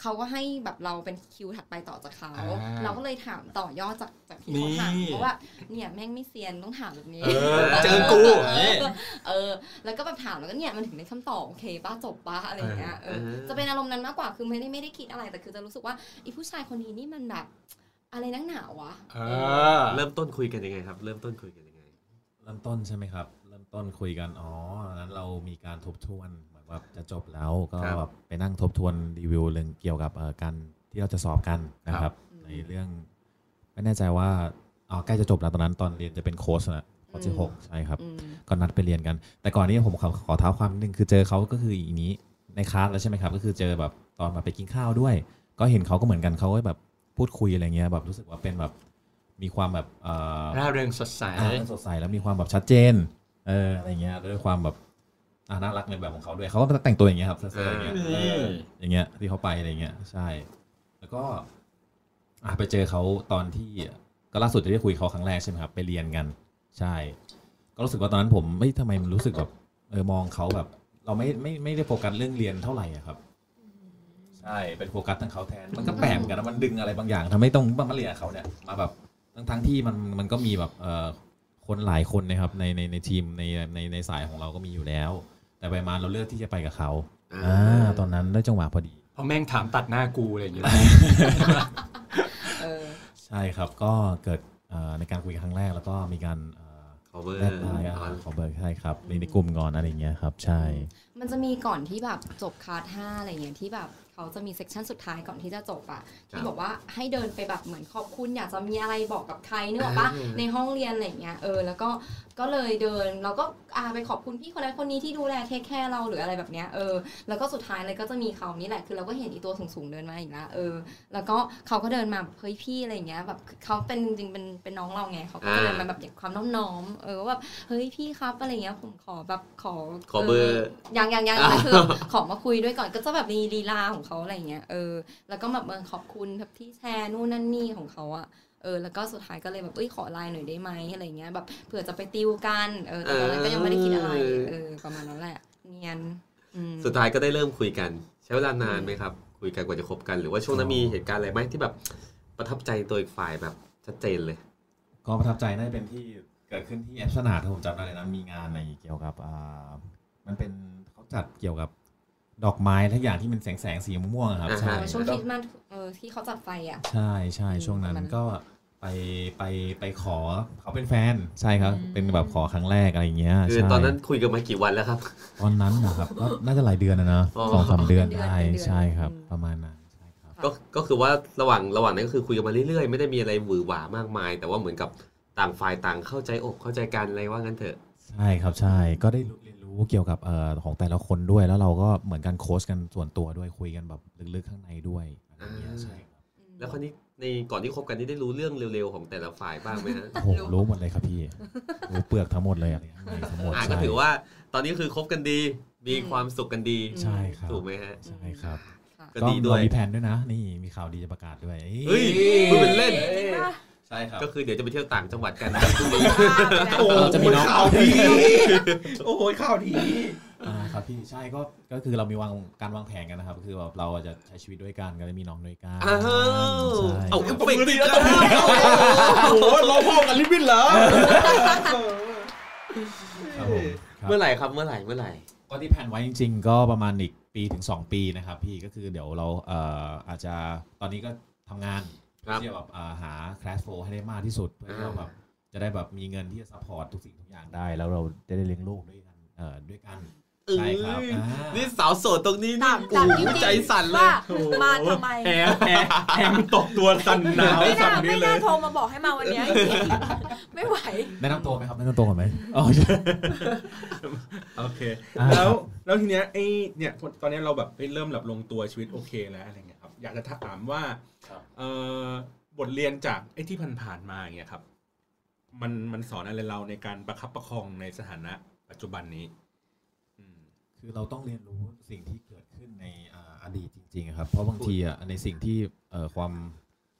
เขาก็ให้แบบเราเป็นคิวถัดไปต่อจากเขา
อ่า
เราก็เลยถามต่อยอดจากจากที่
นี่
เขาถามเพราะว่าเนี่ยแม่งไม่เซียนต้องถามแบบนี้
เออเจอกูอย่าง
เอ
งี้
อเออ แล้วก็แบบถามแล้วก็เนี่ยมันถึงได้คำตอบโอเคป้าจบป้าอะไรอย่างเงี้ยเออ
เออ
จะเป็นอารมณ์นั้นมากกว่าคือไม่ได้ไม่ได้คิดอะไรแต่คือจะรู้สึกว่าไอีผู้ชายคนนี้นี่มันแบบ อะไรนักหนาวะ
เออ
เริ่มต้นคุยกันยังไงครับ เริ่มต้นคุยกันยังไง
เริ่มต้นใช่ไหมครับ เริ่มต้นคุยกัน อ๋อนั้นเรามีการทบทวนเหมือนว่าจะจบแล้วก็
ครับ
ไปนั่งทบทวนรีวิวเรื่องเกี่ยวกับเอ่อการที่เราจะสอบกันนะครับ ในเรื่อง ไม่แน่ใจว่าอ๋อใกล้จะจบแล้วตอนนั้นตอนเรียนจะเป็นโค้ชนะโค้ชที่หกใช่ครับ
อืม
ก็นัดไปเรียนกัน แต่ก่อนนี้ผมขอขอเท้าความนิดนึงคือเจอเขาก็คืออย่างนี้ในคลาสแล้วใช่ไหมครับ ก็คือเจอแบบตอนแบบไปกินข้าวด้วย ก็เห็นเขาก็เหมือนกันเขาก็แบบพูดคุยอะไรเงี้ยแบบรู้สึกว่าเป็นแบบมีความแบบเอ่อ
ร่าเริงสดใส
อ่ะมันสดใสแล้วมีความแบบชัดเจน เอออะไรเงี้ยด้วยความแบบอ่ะน่ารักในแบบของเขาด้วยเขาก็แต่งตัวอย่างเงี้ยครับเสื้อๆอย่างเงี้ย
เอ
เอ
อ
ออย่างเงี้ยที่เขาไปอะไรเงี้ยใช่ แล้วก็อ่ะไปเจอเขาตอนที่ก็ล่าสุดที่ได้คุยเขาครั้งแรกใช่ไหมครับไปเรียนกัน ใช่ ก็รู้สึกว่าตอนนั้นผมไม่ทำไมมันรู้สึกแบบเออมองเขาแบบ เราไม่ไม่ไม่ได้โฟกัสเรื่องเรียนเท่าไหร่อะครับ ใช่เป็นโฟกัสทางเขาแทนมันก็แปลกเหมือนกันนะมันดึงอะไรบางอย่างทำให้ต้องมาเรียนกับเขาเนี่ยมาแบบทั้งทั้งที่มันมันก็มีแบบเอ่อคนหลายคนนะครับในในในทีมในในในสายของเราก็มีอยู่แล้ว แต่ไปมาเราเลือกที่จะไปกับเขาอ่าตอนนั้นได้จังหวะพอดี
เพราะแม่งถามตัดหน้ากูอะไรอย่างเงี้ย
เออ
ใช่ครับก็เกิดเอ่อในการคุยกันครั้งแรกแล้วก็มีการเอ่อ
cover
แลกไลน์อ่ะขอเบอร์ใช่ครับในในกลุ่มก่อนอะไรอย่างเงี้ยครับใช่
มันจะมีก่อนที่แบบจบคาท่าอะไรเงี้ยที่แบบเขาจะมีเซกชันสุดท้ายก่อนที่จะจบอะที่บอกว่าให้เดินไปแบบเหมือนขอบคุณอยากจะมีอะไรบอกกับใครนึกออกปะ
เออ
ในห้องเรียนอะไรเงี้ยเออแล้วก็ก็เลยเดินเราก็อาไปขอบคุณพี่คนนั้นคนนี้ที่ดูแลเทคแคร์เราหรืออะไรแบบเนี้ยเออแล้วก็สุดท้ายเลยก็จะมีเขานี่แหละคือเราก็เห็นอีตัวสูงๆเดินมาอีกแล้วเออ แล้วก็เขาก็เดินมาแบบเฮ้ยพี่อะไรเงี้ยแบบเขาเป็นจริงๆเป็นเป็นน้องเราไงเขาก็จะเดินมาแบบอย่างความน้อมๆเออว่าแบบเฮ้ยพี่ครับอะไรเงี้ยผมขอแบบขอ
ขอเบอร์
ยังยังยัง
อ้าว
แต่ คือขอมาคุยด้วยก่อนก็จะแบบมีลีลาของเขาอะไรอย่างเงี้ยเออแล้วก็แบบเออขอบคุณแบบที่แชร์นู่นนั่นนี่ของเขาอะเออแล้วก็สุดท้ายก็เลยแบบเอ้ยขอไลน์หน่อยได้ไหมอะไรเงี้ยแบบเผื่อจะไปติวกันเออแต่ตอนนั้นก็ยังไม่ได้คิดอะไรเออประมาณนั้นแหละเนียนอืม
สุดท้ายก็ได้เริ่มคุยกัน ใช้เวลานานไหมครับ คุยกันกว่าจะคบกันหรือว่าช่วงนั้นมีเหตุการณ์อะไรไหมที่แบบประทับใจตัวอีกฝ่ายแบบชัดเจนเลย
ก็ประทับใจน่าจะเป็นที่เกิดขึ้นที่แอปสนาดถ้าผมจำได้เลยนะมีงานในเกี่ยวกับอ่ามันเป็นเขาจัดเกี่ยวกับดอกไม้ทุกอย่างที่เป็นแสงแสงๆสีม่วงๆอะครับ
อ่าฮะ
ใช่
ช่วงคริสต์มาสเออที่เขาจัดไฟอ่ะ
ใช่ใช่
อืม
ช่วง
ป
นั้น
ระมาณนั้น
ก็ไปไปไปขอเขาเป็นแฟนใช่ครับ เป็นแบบขอครั้งแรกอะไรอย่างเงี้ย
คือ
ใช่
ตอนนั้นคุยกันมากี่วันแล้วครับ
ตอนนั้นนะครับก็น่าจะหลายเดือนนะเนอะ
อ๋อ
สองสามเดือน
เป็นเดือน
ได้
เป็นเดือน
ใช่ครับ
อืม
ประมาณนั้นใช่ครับ
ก็ก็คือว่าระหว่างระหว่างนั้นก็คือคุยกันมาเรื่อยๆ ไม่ได้มีอะไรหวือหวามากมาย แต่ว่าเหมือนกับต่างฝ่ายต่างเข้าใจอกเข้าใจกันอะไรว่างั้นเถอะ
ใช่ครับใช่ก็ได้รู้เรียนรู้เกี่ยวกับเอ่อของแต่ละคนด้วยแล้วเราก็เหมือนกันโค้ชกันส่วนตัวด้วยคุยกันแบบลึกๆข้างในด้วยอะไรอย่างเงี้ย
อ่า
ใช่ครับ
แล้วคนนี้ในก่อนที่คบกันนี่ได้รู้เรื่องเร็วๆของแต่ละฝ่ายบ้างไหมฮะ
โอ้โหรู้หมดเลยครับพี่รู้เปลือกทั้งหมดเลยอะไรข้างในทั้งหมด
อ่า
ใช่
ก็ถือว่าตอนนี้คือคบกันดี มีความสุขกันดี
ใช่ครับ
ถูกไหมฮะ
ใช่ครับ
ค่ะ
ก็ดีด้วย
เรามีแผนด้วยนะ นี่มีข่าวดีจะประกาศด้วย
เฮ้ยพูดเป็นเล่น
ใช่ครับ
ก็คือเดี๋ยวจะไปเที่ยวต่างจังหวัดกัน
โอ้
เราจะมีน้อง
ข่าวดีโอ้โหข่าวดี
อ่าครับพี่ใช่ก็ก็คือเรามีวางการวางแผนกันนะครับคือแบบเราจะใช้ชีวิตด้วยกันก็จะมีน้องด้วยกัน
อ้าว
ใช่
เอา
ครับ
เอฟเฟกต์แล้ว
โอ้โหเราพ่อกันลิบบิ้นเหรอ
ครับผมครับ
เมื่อไหร่ครับเมื่อไหร่เมื่อไหร่
ก็ที่แผนไว้จริงๆ ก็ประมาณอีกปีถึง 2 ปีนะครับพี่ก็คือเดี๋ยวเราเอ่ออาจจะตอนนี้ก็ทำงาน
ครับ
ที่จะแบบเอ่อหาคลาสโฟให้ได้มากที่สุด เพื่อที่เราแบบจะได้แบบมีเงินที่จะซัพพอร์ตทุกสิ่งทุกอย่างได้ แล้วเราจะได้เลี้ยงลูกด้วยกันเอ่อด้วยกัน
เอ้ย
ใช่ครับอ่า
นี่สาวโสดตรงนี้
ถา
นี่
ม
กู
ถามจริงๆ
ใจสั่นเลย
ว่ามาทำไม
แอร์แอร์แอร์มันตกตัวสั่นหนาว
ไม่
สั่
น่าน ไม่
นี่เล
น่าย โทรมาบอกให้มา วันเนี้ยไม่ไหว
แนะนำตัวไหมครับแนะนำตัวก่อนไหม อ๋อใช่
โอเค
อ่า
แล้วแล้วทีเนี้ยไอ้เนี่ยตอนเนี้ยเราแบบเฮ้ยเริ่มแบบลงตัวชีวิตโอเคแล้วอะไรเงี้ยครับอยากจะถามว่าเอ่อบทเรียนจากไอ้ที่ผ่านๆมาอย่างเงี้ยครับ มันมันสอนอะไรเราในการประคับประคองในสถานะปัจจุบันนี้อืม
คือเราต้องเรียนรู้สิ่งที่เกิดขึ้นในอ่าอดีตจริงๆอะครับ เพราะบางทีอ่ะในสิ่งที่เอ่อความ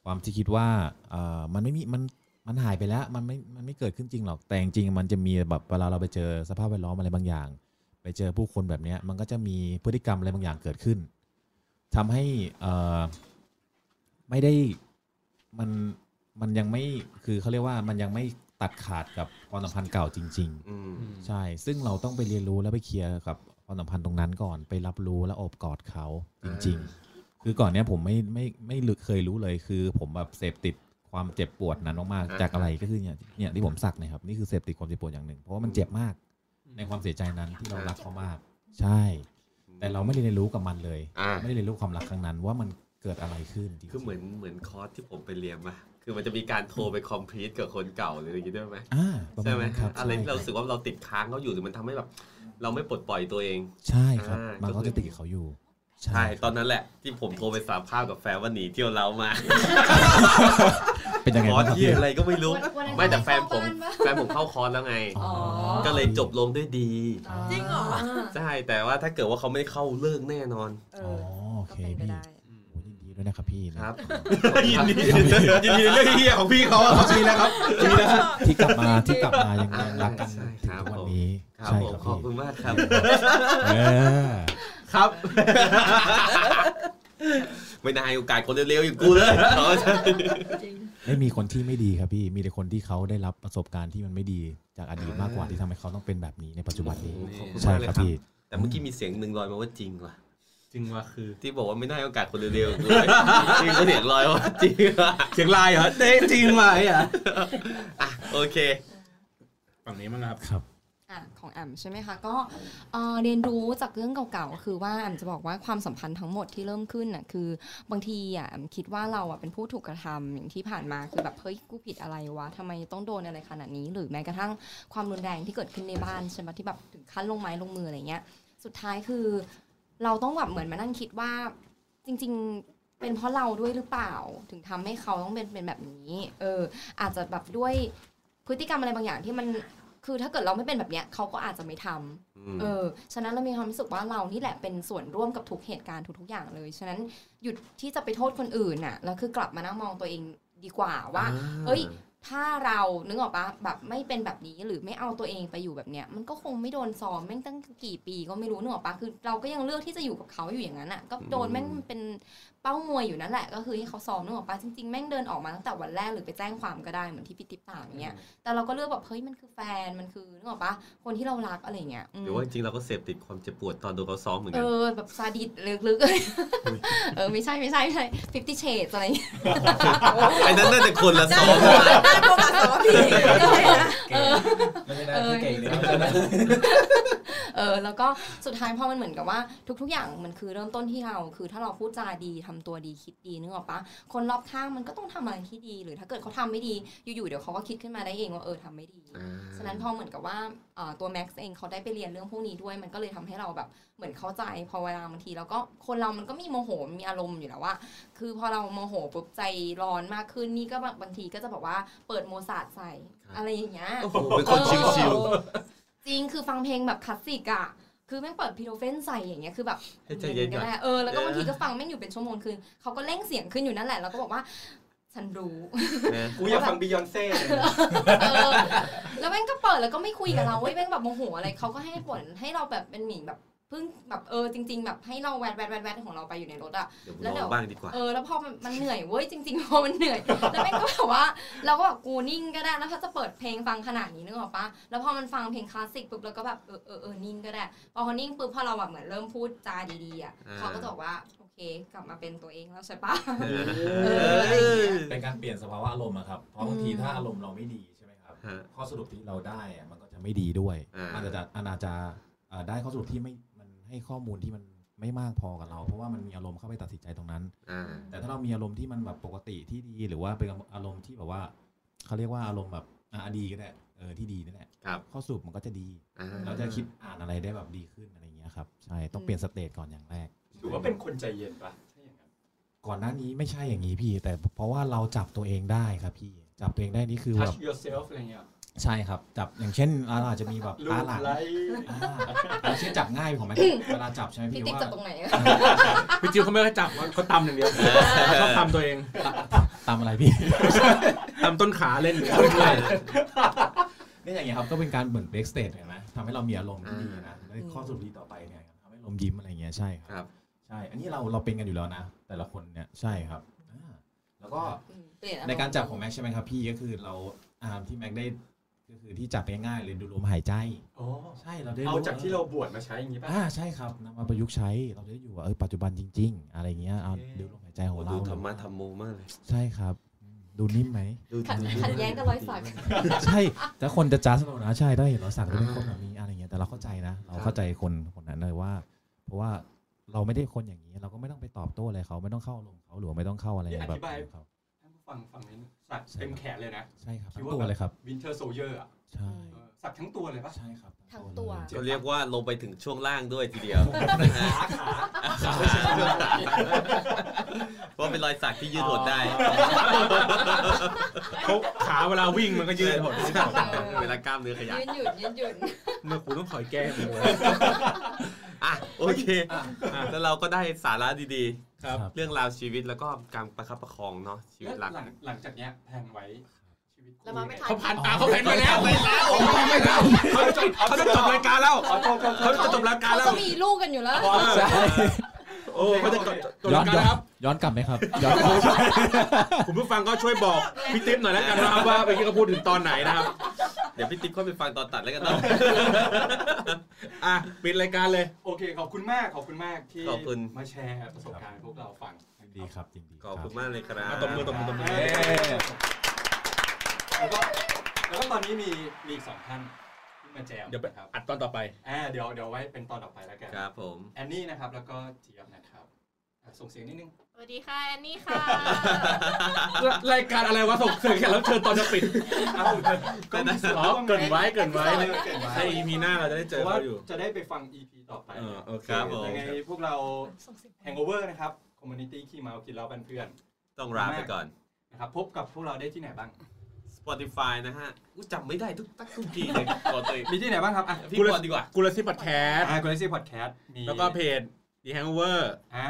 ความที่คิดว่าอ่ามันไม่มีมันมันหายไปแล้วมันไม่มันไม่เกิดขึ้นจริงหรอกแต่จริงๆมันจะมีแบบเวลาเราไปเจอสภาพแวดล้อมอะไรบางอย่าง ไปเจอผู้คนแบบเนี้ยมันก็จะมีพฤติกรรมอะไรบางอย่างเกิดขึ้น
ทำให้เอ่อไม่ได้มันมันยังไม่คือเขาเรียกว่ามันยังไม่ตัดขาดกับความสัมพันธ์เก่าจริง ๆ
อืม
ใช่ ซึ่งเราต้องไปเรียนรู้แล้วไปเคลียร์กับความสัมพันธ์ตรงนั้นก่อน ไปรับรู้และโอบกอดเขาจริง ๆ คือก่อนเนี้ยผมไม่ไม่ไม่รู้เคยรู้เลย คือผมแบบเสพติดความเจ็บปวดนั้นมาก
อ่า
ๆ จากอะไรก็คือเนี่ยเนี่ยที่ผมสักเนะครับ นี่คือเสพติดความเจ็บปวดอย่างหนึ่ง เพราะว่ามันเจ็บมากในความเสียใจนั้นที่เรารักเขามาก ใช่ แต่เราไม่ได้เรียนรู้กับมันเลย
อ่า
ไม่ได้เรียนรู้ความรักครั้งนั้นว่ามันเกิดอะไรขึ้นจริงๆ
คือเหมือนเหมือนคอร์สที่ผมไปเรียนมาคือมันจะมีการโทรไปคอมพลีทกับคนเก่าหรืออะไรอย่างงี้ด้วยไหม
อ่าประมา
ใช่
ณ
ไหม
นั้นครับ
อะไรที่เรา
ใช่
รู้สึกว่าเราติดค้างเขาอยู่หรือมันทำให้แบบ เราไม่ปลดปล่อยตัวเอง
ใช่ครับ
อ่า
มัน
ก็
ก็
คือ
จะติดกับเขาอยู่
ใช่ตอนนั้นแหละ ที่ผมโทรไปสารภาพกับแฟนว่าหนีเที่ยวเรามา
เป็นยังไง
คอร์
บ้างค
ส
รับ
ที่
พี่
อะไรก็ไม่รู้
วันนั้น
ไม่แต่แฟนผม
เข้าบ้านปะ
แฟนผมเข้าคอร์สแล้วไง
อ๋อ
ก็เลยจบลงด้วยดี
จริงเหรอ
ใช่แต่ว่าถ้าเกิดว่าเขาไม่เข้าเลิกแน่นอน
เอ
อ๋อ
อ
โอ
ก็
เค
เป็น
พี่
ไปได้
โอ้ยินดีด้วยนะครับพี่นะครับ
ยินดียินดีในเรื่องที่เฮียของพี่เขาอะเขาชี้แล้วครับชี้แล้วครับ
ที่กลับมาที่กลับมายัง
อ่า
รักกัน
ใช่
ถึ
ครั
ง
บ
ทุกวันนี้
ครับ
ใช่
ผม
ครับ
ขอบ
พี่
คุณมากครับ
เออ
ครับ ไม่นายโอกาสคนเร็วๆอย่างกูเลย
จริง
ไม่มีคนที่ไม่ดีครับพี่ มีแต่คนที่เขาได้รับประสบการณ์ที่มันไม่ดีจากอดีตมากกว่าที่ทำให้เขาต้องเป็นแบบนี้ในปัจจุบันนี้
ขอบคุณ
ใช่
มากเลย
ครับ
ครับ
พี่
แต่เมื่อกี้มีเสียงหนึ่งลอยมาว่าจริงว่ะ
จริงว่าคือ
ที่บอกว่าไม่ได้โอกาสคนเร็วๆเลยจริงก็เสียงลอยว่าจริงว่ะ
เสียงลายเหรอเต้จริงไหมอ่ะ
อ่ะโอเค
ฝั่งนี้มั้งครับ
ครับ
อ่ะของแอมใช่ไหมคะก็เอ่อเรียนรู้จากเรื่องเก่าๆก็คือว่าแอมจะบอกว่าความสัมพันธ์ทั้งหมดที่เริ่มขึ้นน่ะคือบางทีอ่ะแอมคิดว่าเราอ่ะเป็นผู้ถูกกระทำอย่างที่ผ่านมาคือแบบเฮ้ยกูผิดอะไรวะทำไมต้องโดนอะไรขนาดนี้ หรือแม้กระทั่งความรุนแรงที่เกิดขึ้นในบ้านใช่ไหมที่แบบถึงขั้นลงไม้ลงมืออะไรเงี้ย สุดท้ายคือ เราต้องแบบเหมือนมานั่งคิดว่าจริงๆเป็นเพราะเราด้วยหรือเปล่า ถึงทำให้เขาต้องเป็นเป็นแบบนี้ เออ อาจจะแบบด้วยพฤติกรรมอะไรบางอย่างที่มัน คือถ้าเกิดเราไม่เป็นแบบเนี้ยเขาก็อาจจะไม่ทำเออ ฉะนั้นเรามีความรู้สึกว่าเรานี่แหละเป็นส่วนร่วมกับทุกเหตุการณ์ทุกๆอย่างเลย ฉะนั้นหยุดที่จะไปโทษคนอื่นน่ะ แล้วคือกลับมานั่งมองตัวเองดีกว่าว่า เอ้ย ถ้าเรานึกออกปะแบบไม่เป็นแบบนี้หรือไม่เอาตัวเองไปอยู่แบบเนี้ย มันก็คงไม่โดนซ้อมแม่งตั้งกี่ปีก็ไม่รู้นึกออกปะคือเราก็ยังเลือกที่จะอยู่กับเขาอยู่อย่างนั้นอ่ะ ก็โดน
อืม
แม่งเป็นเป้ามวยอยู่นั่นแหละ ก็คือให้เขาซ้อมนึกออกปะจริงๆแม่งเดินออกมาตั้งแต่วันแรกหรือไปแจ้งความก็ได้เหมือนที่พี่ติ๊บถามอย่างเงี้ย แต่เราก็เลือกแบบเฮ้ยมันคือแฟนมันคือนึกออกปะคนที่เรารักอะไรอย่างเงี้ยม
หรือว่าจริงๆเราก็เสพติดความเจ็บปวดตอนโดนเขาซ้อมเหมือน
เอ
กัน
อแบบซาดิสลึกๆเลย เออไม่ใช่ไม่ใช่ไม่ใช่ฟิฟตี้เชดอะไรอย่างเงี้ย
ไอ้นั่นน่าจะคนละซ้อม
ได้โปรมาสอง พี่
เออ
ไม่ได้ที่เก่งเลย
เออแล้วก็สุดท้ายพอมันเหมือนกับว่า ทุก ๆ อย่างมันคือเริ่มต้นที่เราคือถ้าเราพูดจาดีทำตัวดีคิดดีนึกออกปะคนรอบข้างมันก็ต้องทำอะไรที่ดี หรือถ้าเกิดเขาทำไม่ดีอยู่ๆเดี๋ยวเขาก็คิดขึ้นมาได้เองว่าเออทำไม่ดี ฉะนั้นพอเหมือนกับว่าเอ่อตัวแม็กซ์เองเขาได้ไปเรียนเรื่องพวกนี้ด้วย มันก็เลยทำให้เราแบบเหมือนเข้าใจพอเวลาบางทีแล้วก็คนเรามันก็มีโมโหมีอารมณ์อยู่แล้วว่า คือพอเราโมโหปุ๊บใจร้อนมากขึ้นนี่ก็แบบบางทีก็จะแบบว่าเปิดโมซาร์ทใส่อะไรอย่างเงี้ย
โอ้โหเป็นคนชิว
ๆจริงคือฟังเพลงแบบคลาสสิกอะคือแม่งเปิดพีโรเฟนใส่อย่างเงี้ยคือแบบ
ๆให้ใจเย็น
ก็
ก่อน
ได้เออแล้วก็บางทีก็ฟังแม่งอยู่เป็นชั่วโมงคืนเขาก็เร่งเสียงขึ้นอยู่นั่นแหละแล้วก็บอกว่า ฉันรู้
กูอยากฟังบิยอนเซ่
เออแล้วแม่งก็เปิดแล้วก็ไม่คุยกับเราเว้ยแม่งแบบโมโหอะไรเขาก็ให้ผลให้เราแบบเป็นหมิ่นแบบเพิ่งแบบเออจริง ๆ แบบให้เราแวดแวดแวดแวดของเราไปอยู่ในรถอะ
เดี๋ยว
แล้วเดี๋
ล
ย
อ
ว
งบ้างดีกว่า
เออแล้วพอมันมันเหนื่อยเว้ยจริงๆพอมันเหนื่อยแล้วแม่งก็แบบว่าเราก็แบบกูนิ่งก็ได้แล้วถ้าจะเปิดเพลงฟังขนาดนี้นึกออกปะแล้วพอมันฟังเพลงคลาสสิกปุ๊บเราก็แบบเออเออเออนิ่งก็ได้ พอเขานิ่งปุ๊บพอเราแบบเหมือนเริ่มพูดจาดีๆอ่ะ
อ่า
เขาก็จะบอกว่าโอเค กลับมาเป็นตัวเองแล้วใช่ปะ
เออ
เออ
เป็นการเปลี่ยนสภาวะอารมณ์อะครับ เพราะบางทีถ้าอารมณ์เราไม่ดีใช่ไหมครับ
ฮะ
ข้อสรุปที่เราได้อะมันก็จะไม่ดีด้วย
อ่ามั
นอาจจะมันอาจจะเอ่อได้ข้อสรุปที่ไม่ มันให้ข้อมูลที่มันไม่มากพอกับเรา เพราะว่ามันมีอารมณ์เข้าไปตัดสินใจตรงนั้น
อ่า
แต่ถ้าเรามีอารมณ์ที่มันแบบปกติที่ดี หรือว่าเป็นอารมณ์ที่แบบว่าเขาเรียกว่าอารมณ์แบบอ่ะดีก็ได้ เออที่ดีนั่นแหละ
ครับ
ข้อสรุปมันก็จะดี
อ่า
เราจะคิดอ่านอะไรได้แบบดีขึ้นอะไรอย่างเงี้ยครับ ใช่ ต้องเปลี่ยนสเตจก่อนอย่างแรก
ถือว่าเป็นคนใจเย็นปะถ้าอย่างนั้น
ก่อนหน้านี้ไม่ใช่อย่างนี้พี่ แต่เพราะว่าเราจับตัวเองได้ครับพี่ จับตัวเองได้นี่คือ
ทั
แบ
ช
บ
yourself อะไรเงี้ย
ใช่ครับ จับอย่างเช่นเราอาจจะมีแบบ
ลู
ตาก หลัง
ไล
อ่าอย่างเช่นจับง่ายของมันเวลาจับใช่ไหม
พี่
พี่
ติ๊ก
ว่า
จะตรงไหนอะ
พี่จิวเขาไม่ค่อยจับเขาตำอย่างเดียวชอบตำตัวเอง
ตามอะไรพี่
ตำต้นขาเล่น
เข้าใจ
เนี่ยอย่างเงี้ยครับก็เป็นการเหมือนเบรกสเตจเห็นไหมทำให้เรามีอารมณ์ที่ดีนะได้ข้อสรุปดีต่อไปเนี่ยครับทำให้ลมณ์ยิ้มอะไรเงี้ยใช่ค
ครั
รับ
ใช่ อันนี้เราเราเป็นกันอยู่แล้วนะ แต่ละคนเนี่ยใช่ครับอ่าแล้วก็
อืมเปลี่ยอารมณ์
ในการจับของแม็กใช่ไหมครับพี่ก็คือเราอ่าที่แม็กได้ก็คือที่จับง่ายๆเลยดูลมหายใจ
อ๋อ
ใช่เราได้
เอาจากที่เราบวชมาใช้อย่างนี้ป่ะ
อ่าใช่ครับนำมาประยุกต์ใช้เราจะได้อยู่ว่าเออปัจจุบันจริง ๆ อะไรเงี้ยเอา
โอเค
ดูลมหายใจของ
โอ้
เรา
ดูธรรมะธรรมโมมากเลย
ใช่ครับ ดูนิ่มไหม
ดู
ขัด
ดู
ขัดแย้งกับรอยสัก
ใช่แต่คนจะจ้าสเรานะใช่ได้เห็นเราสั่งก็เป็นคนแบบนี้อะไรเงี้ยแต่เราเข้าใจนะเราเข้าใจคนคนนั้นเลยว่า เพราะว่าเราไม่ได้คนอย่างนี้เราก็ไม่ต้องไปตอบโต้อะไรเขาไม่ต้องเข้าลมณ์เขาหรือว่าไม่ต้องเข้าอะไร
นี่อ
แบบ
ธิบาย
เขา
ฟังฟังนี้สักเต็มแขนเลยนะ
ใช่ครับ
คิด
ทั้ง
ว่า
ตัวเลยครับ
วินเทอร์โซเยอร์อ่ะ
ใช่
เออสักทั้งตัวเลยป่ะ
ใช่ครับ
ทั้งตัว
เลย
ก็เรียกว่าลงไปถึงช่วงล่างด้วยทีเดียว
ขาขา
เพราะเป็นรอยสักที่ยืดหดได้
เขาขาเวลาวิ่งมันก็ยืดหด
เวลากล้ามเนื้อขยับ
ยืนหยุดยืนหยุด
เมื่อคุณต้องคอยแก้มือ
อ่ะโอเค แล้วเราก็ได้สาระดี
ครับ
ๆ เรื่องราวชีวิตแล้วก็การประคับประคองเนาะชีวิตหลัก
หลังหลังจากเนี้ยแพลนไว้ชีวิตคู่
แล้วมาไม่ทัน
เขาผ่านตาเขาเห็นไปแล้ว
เขาจะจบ
เขาจะจบรายการแล้ว
เขาจะจบ
เขาจะจบรายการ
เขา
แล้ว
จะมีลูกกันอยู่แล้ว
โอ้เขาจะจบจบ
ย้อ
ราน ยกา
ย้อ
ร
น
แล้วครับ
ย้อนกลับไหมครับ ย้อนกลับ
คุณผู้ฟังก็ช่วยบอกพี่ติ๊บหน่อยแล้วกันนะครับว่าเมื่อกี้เขาพูดถึงตอนไหนนะครับ
เดี๋ยวพี่ติ๊กค่อยไปฟังตอนตัดแล้วกันเนาะ
อ่ะปิดรายการเลย
โอเคขอบคุณมากขอบคุณมากที่
ขอบคุณ
มาแชร์ประสบการณ์พวกเราฟัง
ดีครับจริงดี
ขอบคุณมากเลยครับ
มาตบมือตบมือตบมือ
แล้วก็แล้วก็ตอนนี้มีมีอีกสองท่านที่มาแจม
เดี๋ยวไป
นะครับ
อัดตอนต่อไป
อ่าเดี๋ยวเดี๋ยวไว้เป็นตอนต่อไปแล้วกัน
ครับผม
แอนนี่นะครับแล้วก็เจี๊ยบนะครับอ่ะส่งเสียงนิดนึง
สวัสดีค่ะแอนนี่ค่ะ
รายการอะไรวะส่งเสริมแขกรับเชิญตอนจะปิด
เอ้าก็มีส่วน
อ๋อ
ร่วม
เกรินไว้เกรินไว้
เออเกินไว้
ให้ EP หน้าเราจะได้เจ
เพราะ
อ
ว่า
เขาอยู่
จะได้ไปฟัง EP ต่อไป
เออโอเค
ครับผม
ยังไงพวกเรา Hangover นะครับ Community ขี้เมากินแล้วเป็นเพื่อน
ต้องลาไปก่อน
นะครับพบกับพวกเราได้ที่ไหนบ้าง
Spotify นะฮะกูจำไม่ได้ทุกตักทุกทีเลยขอตัวเอง
มีที่ไหนบ้างครับอ่ะ
พี่
กูเลย
ก่อนดีกว่า
กูลาซิปัดแคส
อ่า Galaxy Podcast มี
แล้วก็เพจ The Hangover
อ่า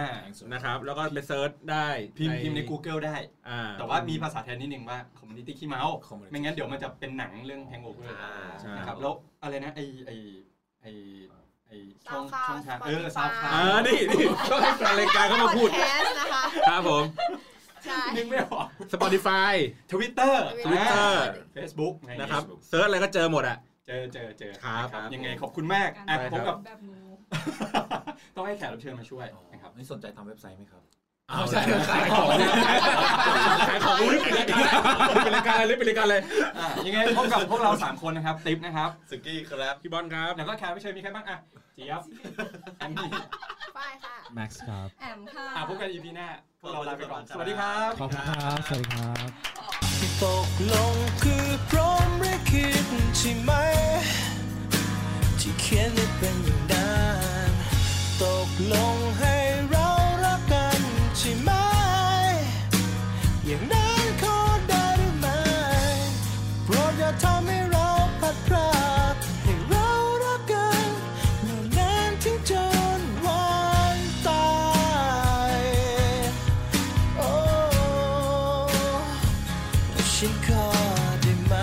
นะครับ แล้วก็ไปเซิร์ชได้
พิมพ์พิมพ์ใน Google ได้
อ่
แต่ว่ามีภาษาแทนนิดนึงว่า community ขี้เมา ไม่งั้นเดี๋ยวมันจะเป็นหนังเรื่อง hangover
อ่าใช่
นะครับ แล้วอะไรนะ ไอไอไอไอช่อง
SoundCloud
ช่องทาง เออ
Spotify
ซาวคลา
อ่านี่นี่ ต้องให้แฟนรายการเข้ามาพูด
แคสนะคะ
ครับผม
ใช่
นึกไม่ออก
Spotify
Twitter
Twitter
Facebook ไง
นะครับเซิร์ชอะไรก็เจอหมดอ่ะ
เจอเจอเจอ
ครับ
นะยังไงขอบคุณมากอ่ะ
ได้ค
พบกั
รับ
บ
แบบงู
ต้องให้แขกรับเชิญมาช่วยนะครับ
นี่สนใจทำเว็บไซต์ไหมครับ
เอาใช่ขายของเนี่ยขายของอุ๊ยเป็นรายการเป็นรายการอะไรเป็นรายการอะไร
อ่ะยังไงพบกับพวกเรา 3 คนนะครับ ติ๊บนะครับ
สกี้ครับ
พี่บอลครับ
แล้วก็แขกรับเชิญมีใครบ้างอ่ะเจี๊ยบแอมมี่
ป้ายค่ะ
แม็กซ์ครับ
แอมค่ะ
อ่ะพบกัน EP หน้าพวกเราลาไปก่อน สวัสดีครับ
ขอบคุณครับสวัสดีครับ
ตกลงคือพร้อมและคิดใช่ไหม ที่เขียนได้เป็นอย่างนั้นตกลงให้เรารักกันใช่ไหม อย่างนั้นขอได้หรือไม่โปรดอย่าทำให้เราพลัดพรากให้เรารักกันนานนานถึงจนวันตาย โอ้ ฉันขอได้ไหม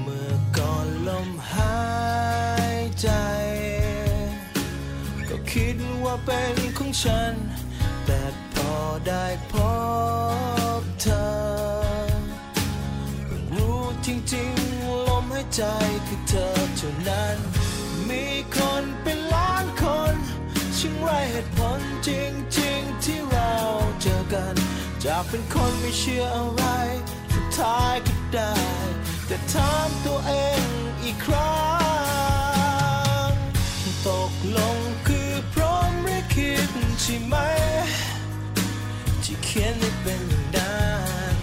เมื่อก่อนลมหายใจ ก็คิดว่าเป็นของฉัน แต่พอได้พบเธอ รู้จริงๆว่าลมหายใจคือเธอเท่านั้น มีคนเป็นล้านคนช่างไรเหตุผลจริงๆที่เราเจอกัน จากเป็นคนไม่เชื่ออะไร สุดท้ายก็ได้ แต่ถามตัวเองอีกครั้ง ตกลงคือพร้อมหรือคิดใช่ไหม ที่เขียนได้เป็นอย่างนั้น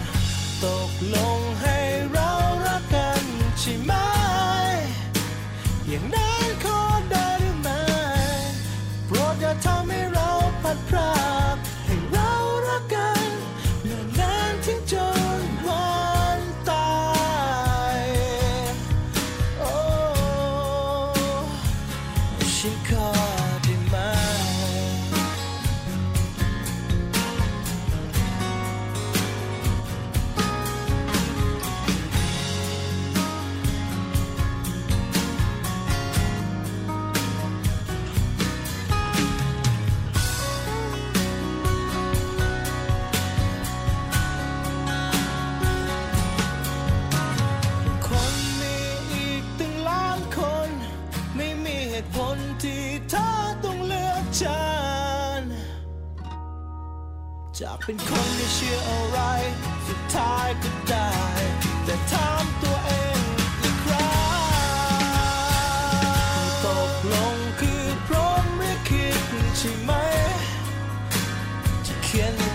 ตกลงให้เรารักกันใช่ไหม อย่างนั้นขอได้หรือไม่โปรดอย่าทำให้เราพลัดพรากให้เรารักกันนานนานๆถึงจนวันตาย โอ้ฉันขอได้ไหม จะเป็นคนที่เชื่ออะไร สุดท้ายก็ได้ แต่ถามตัวเองอีกครั้งตกลงคือพร้อมหรือคิดใช่ไหม จะเขียน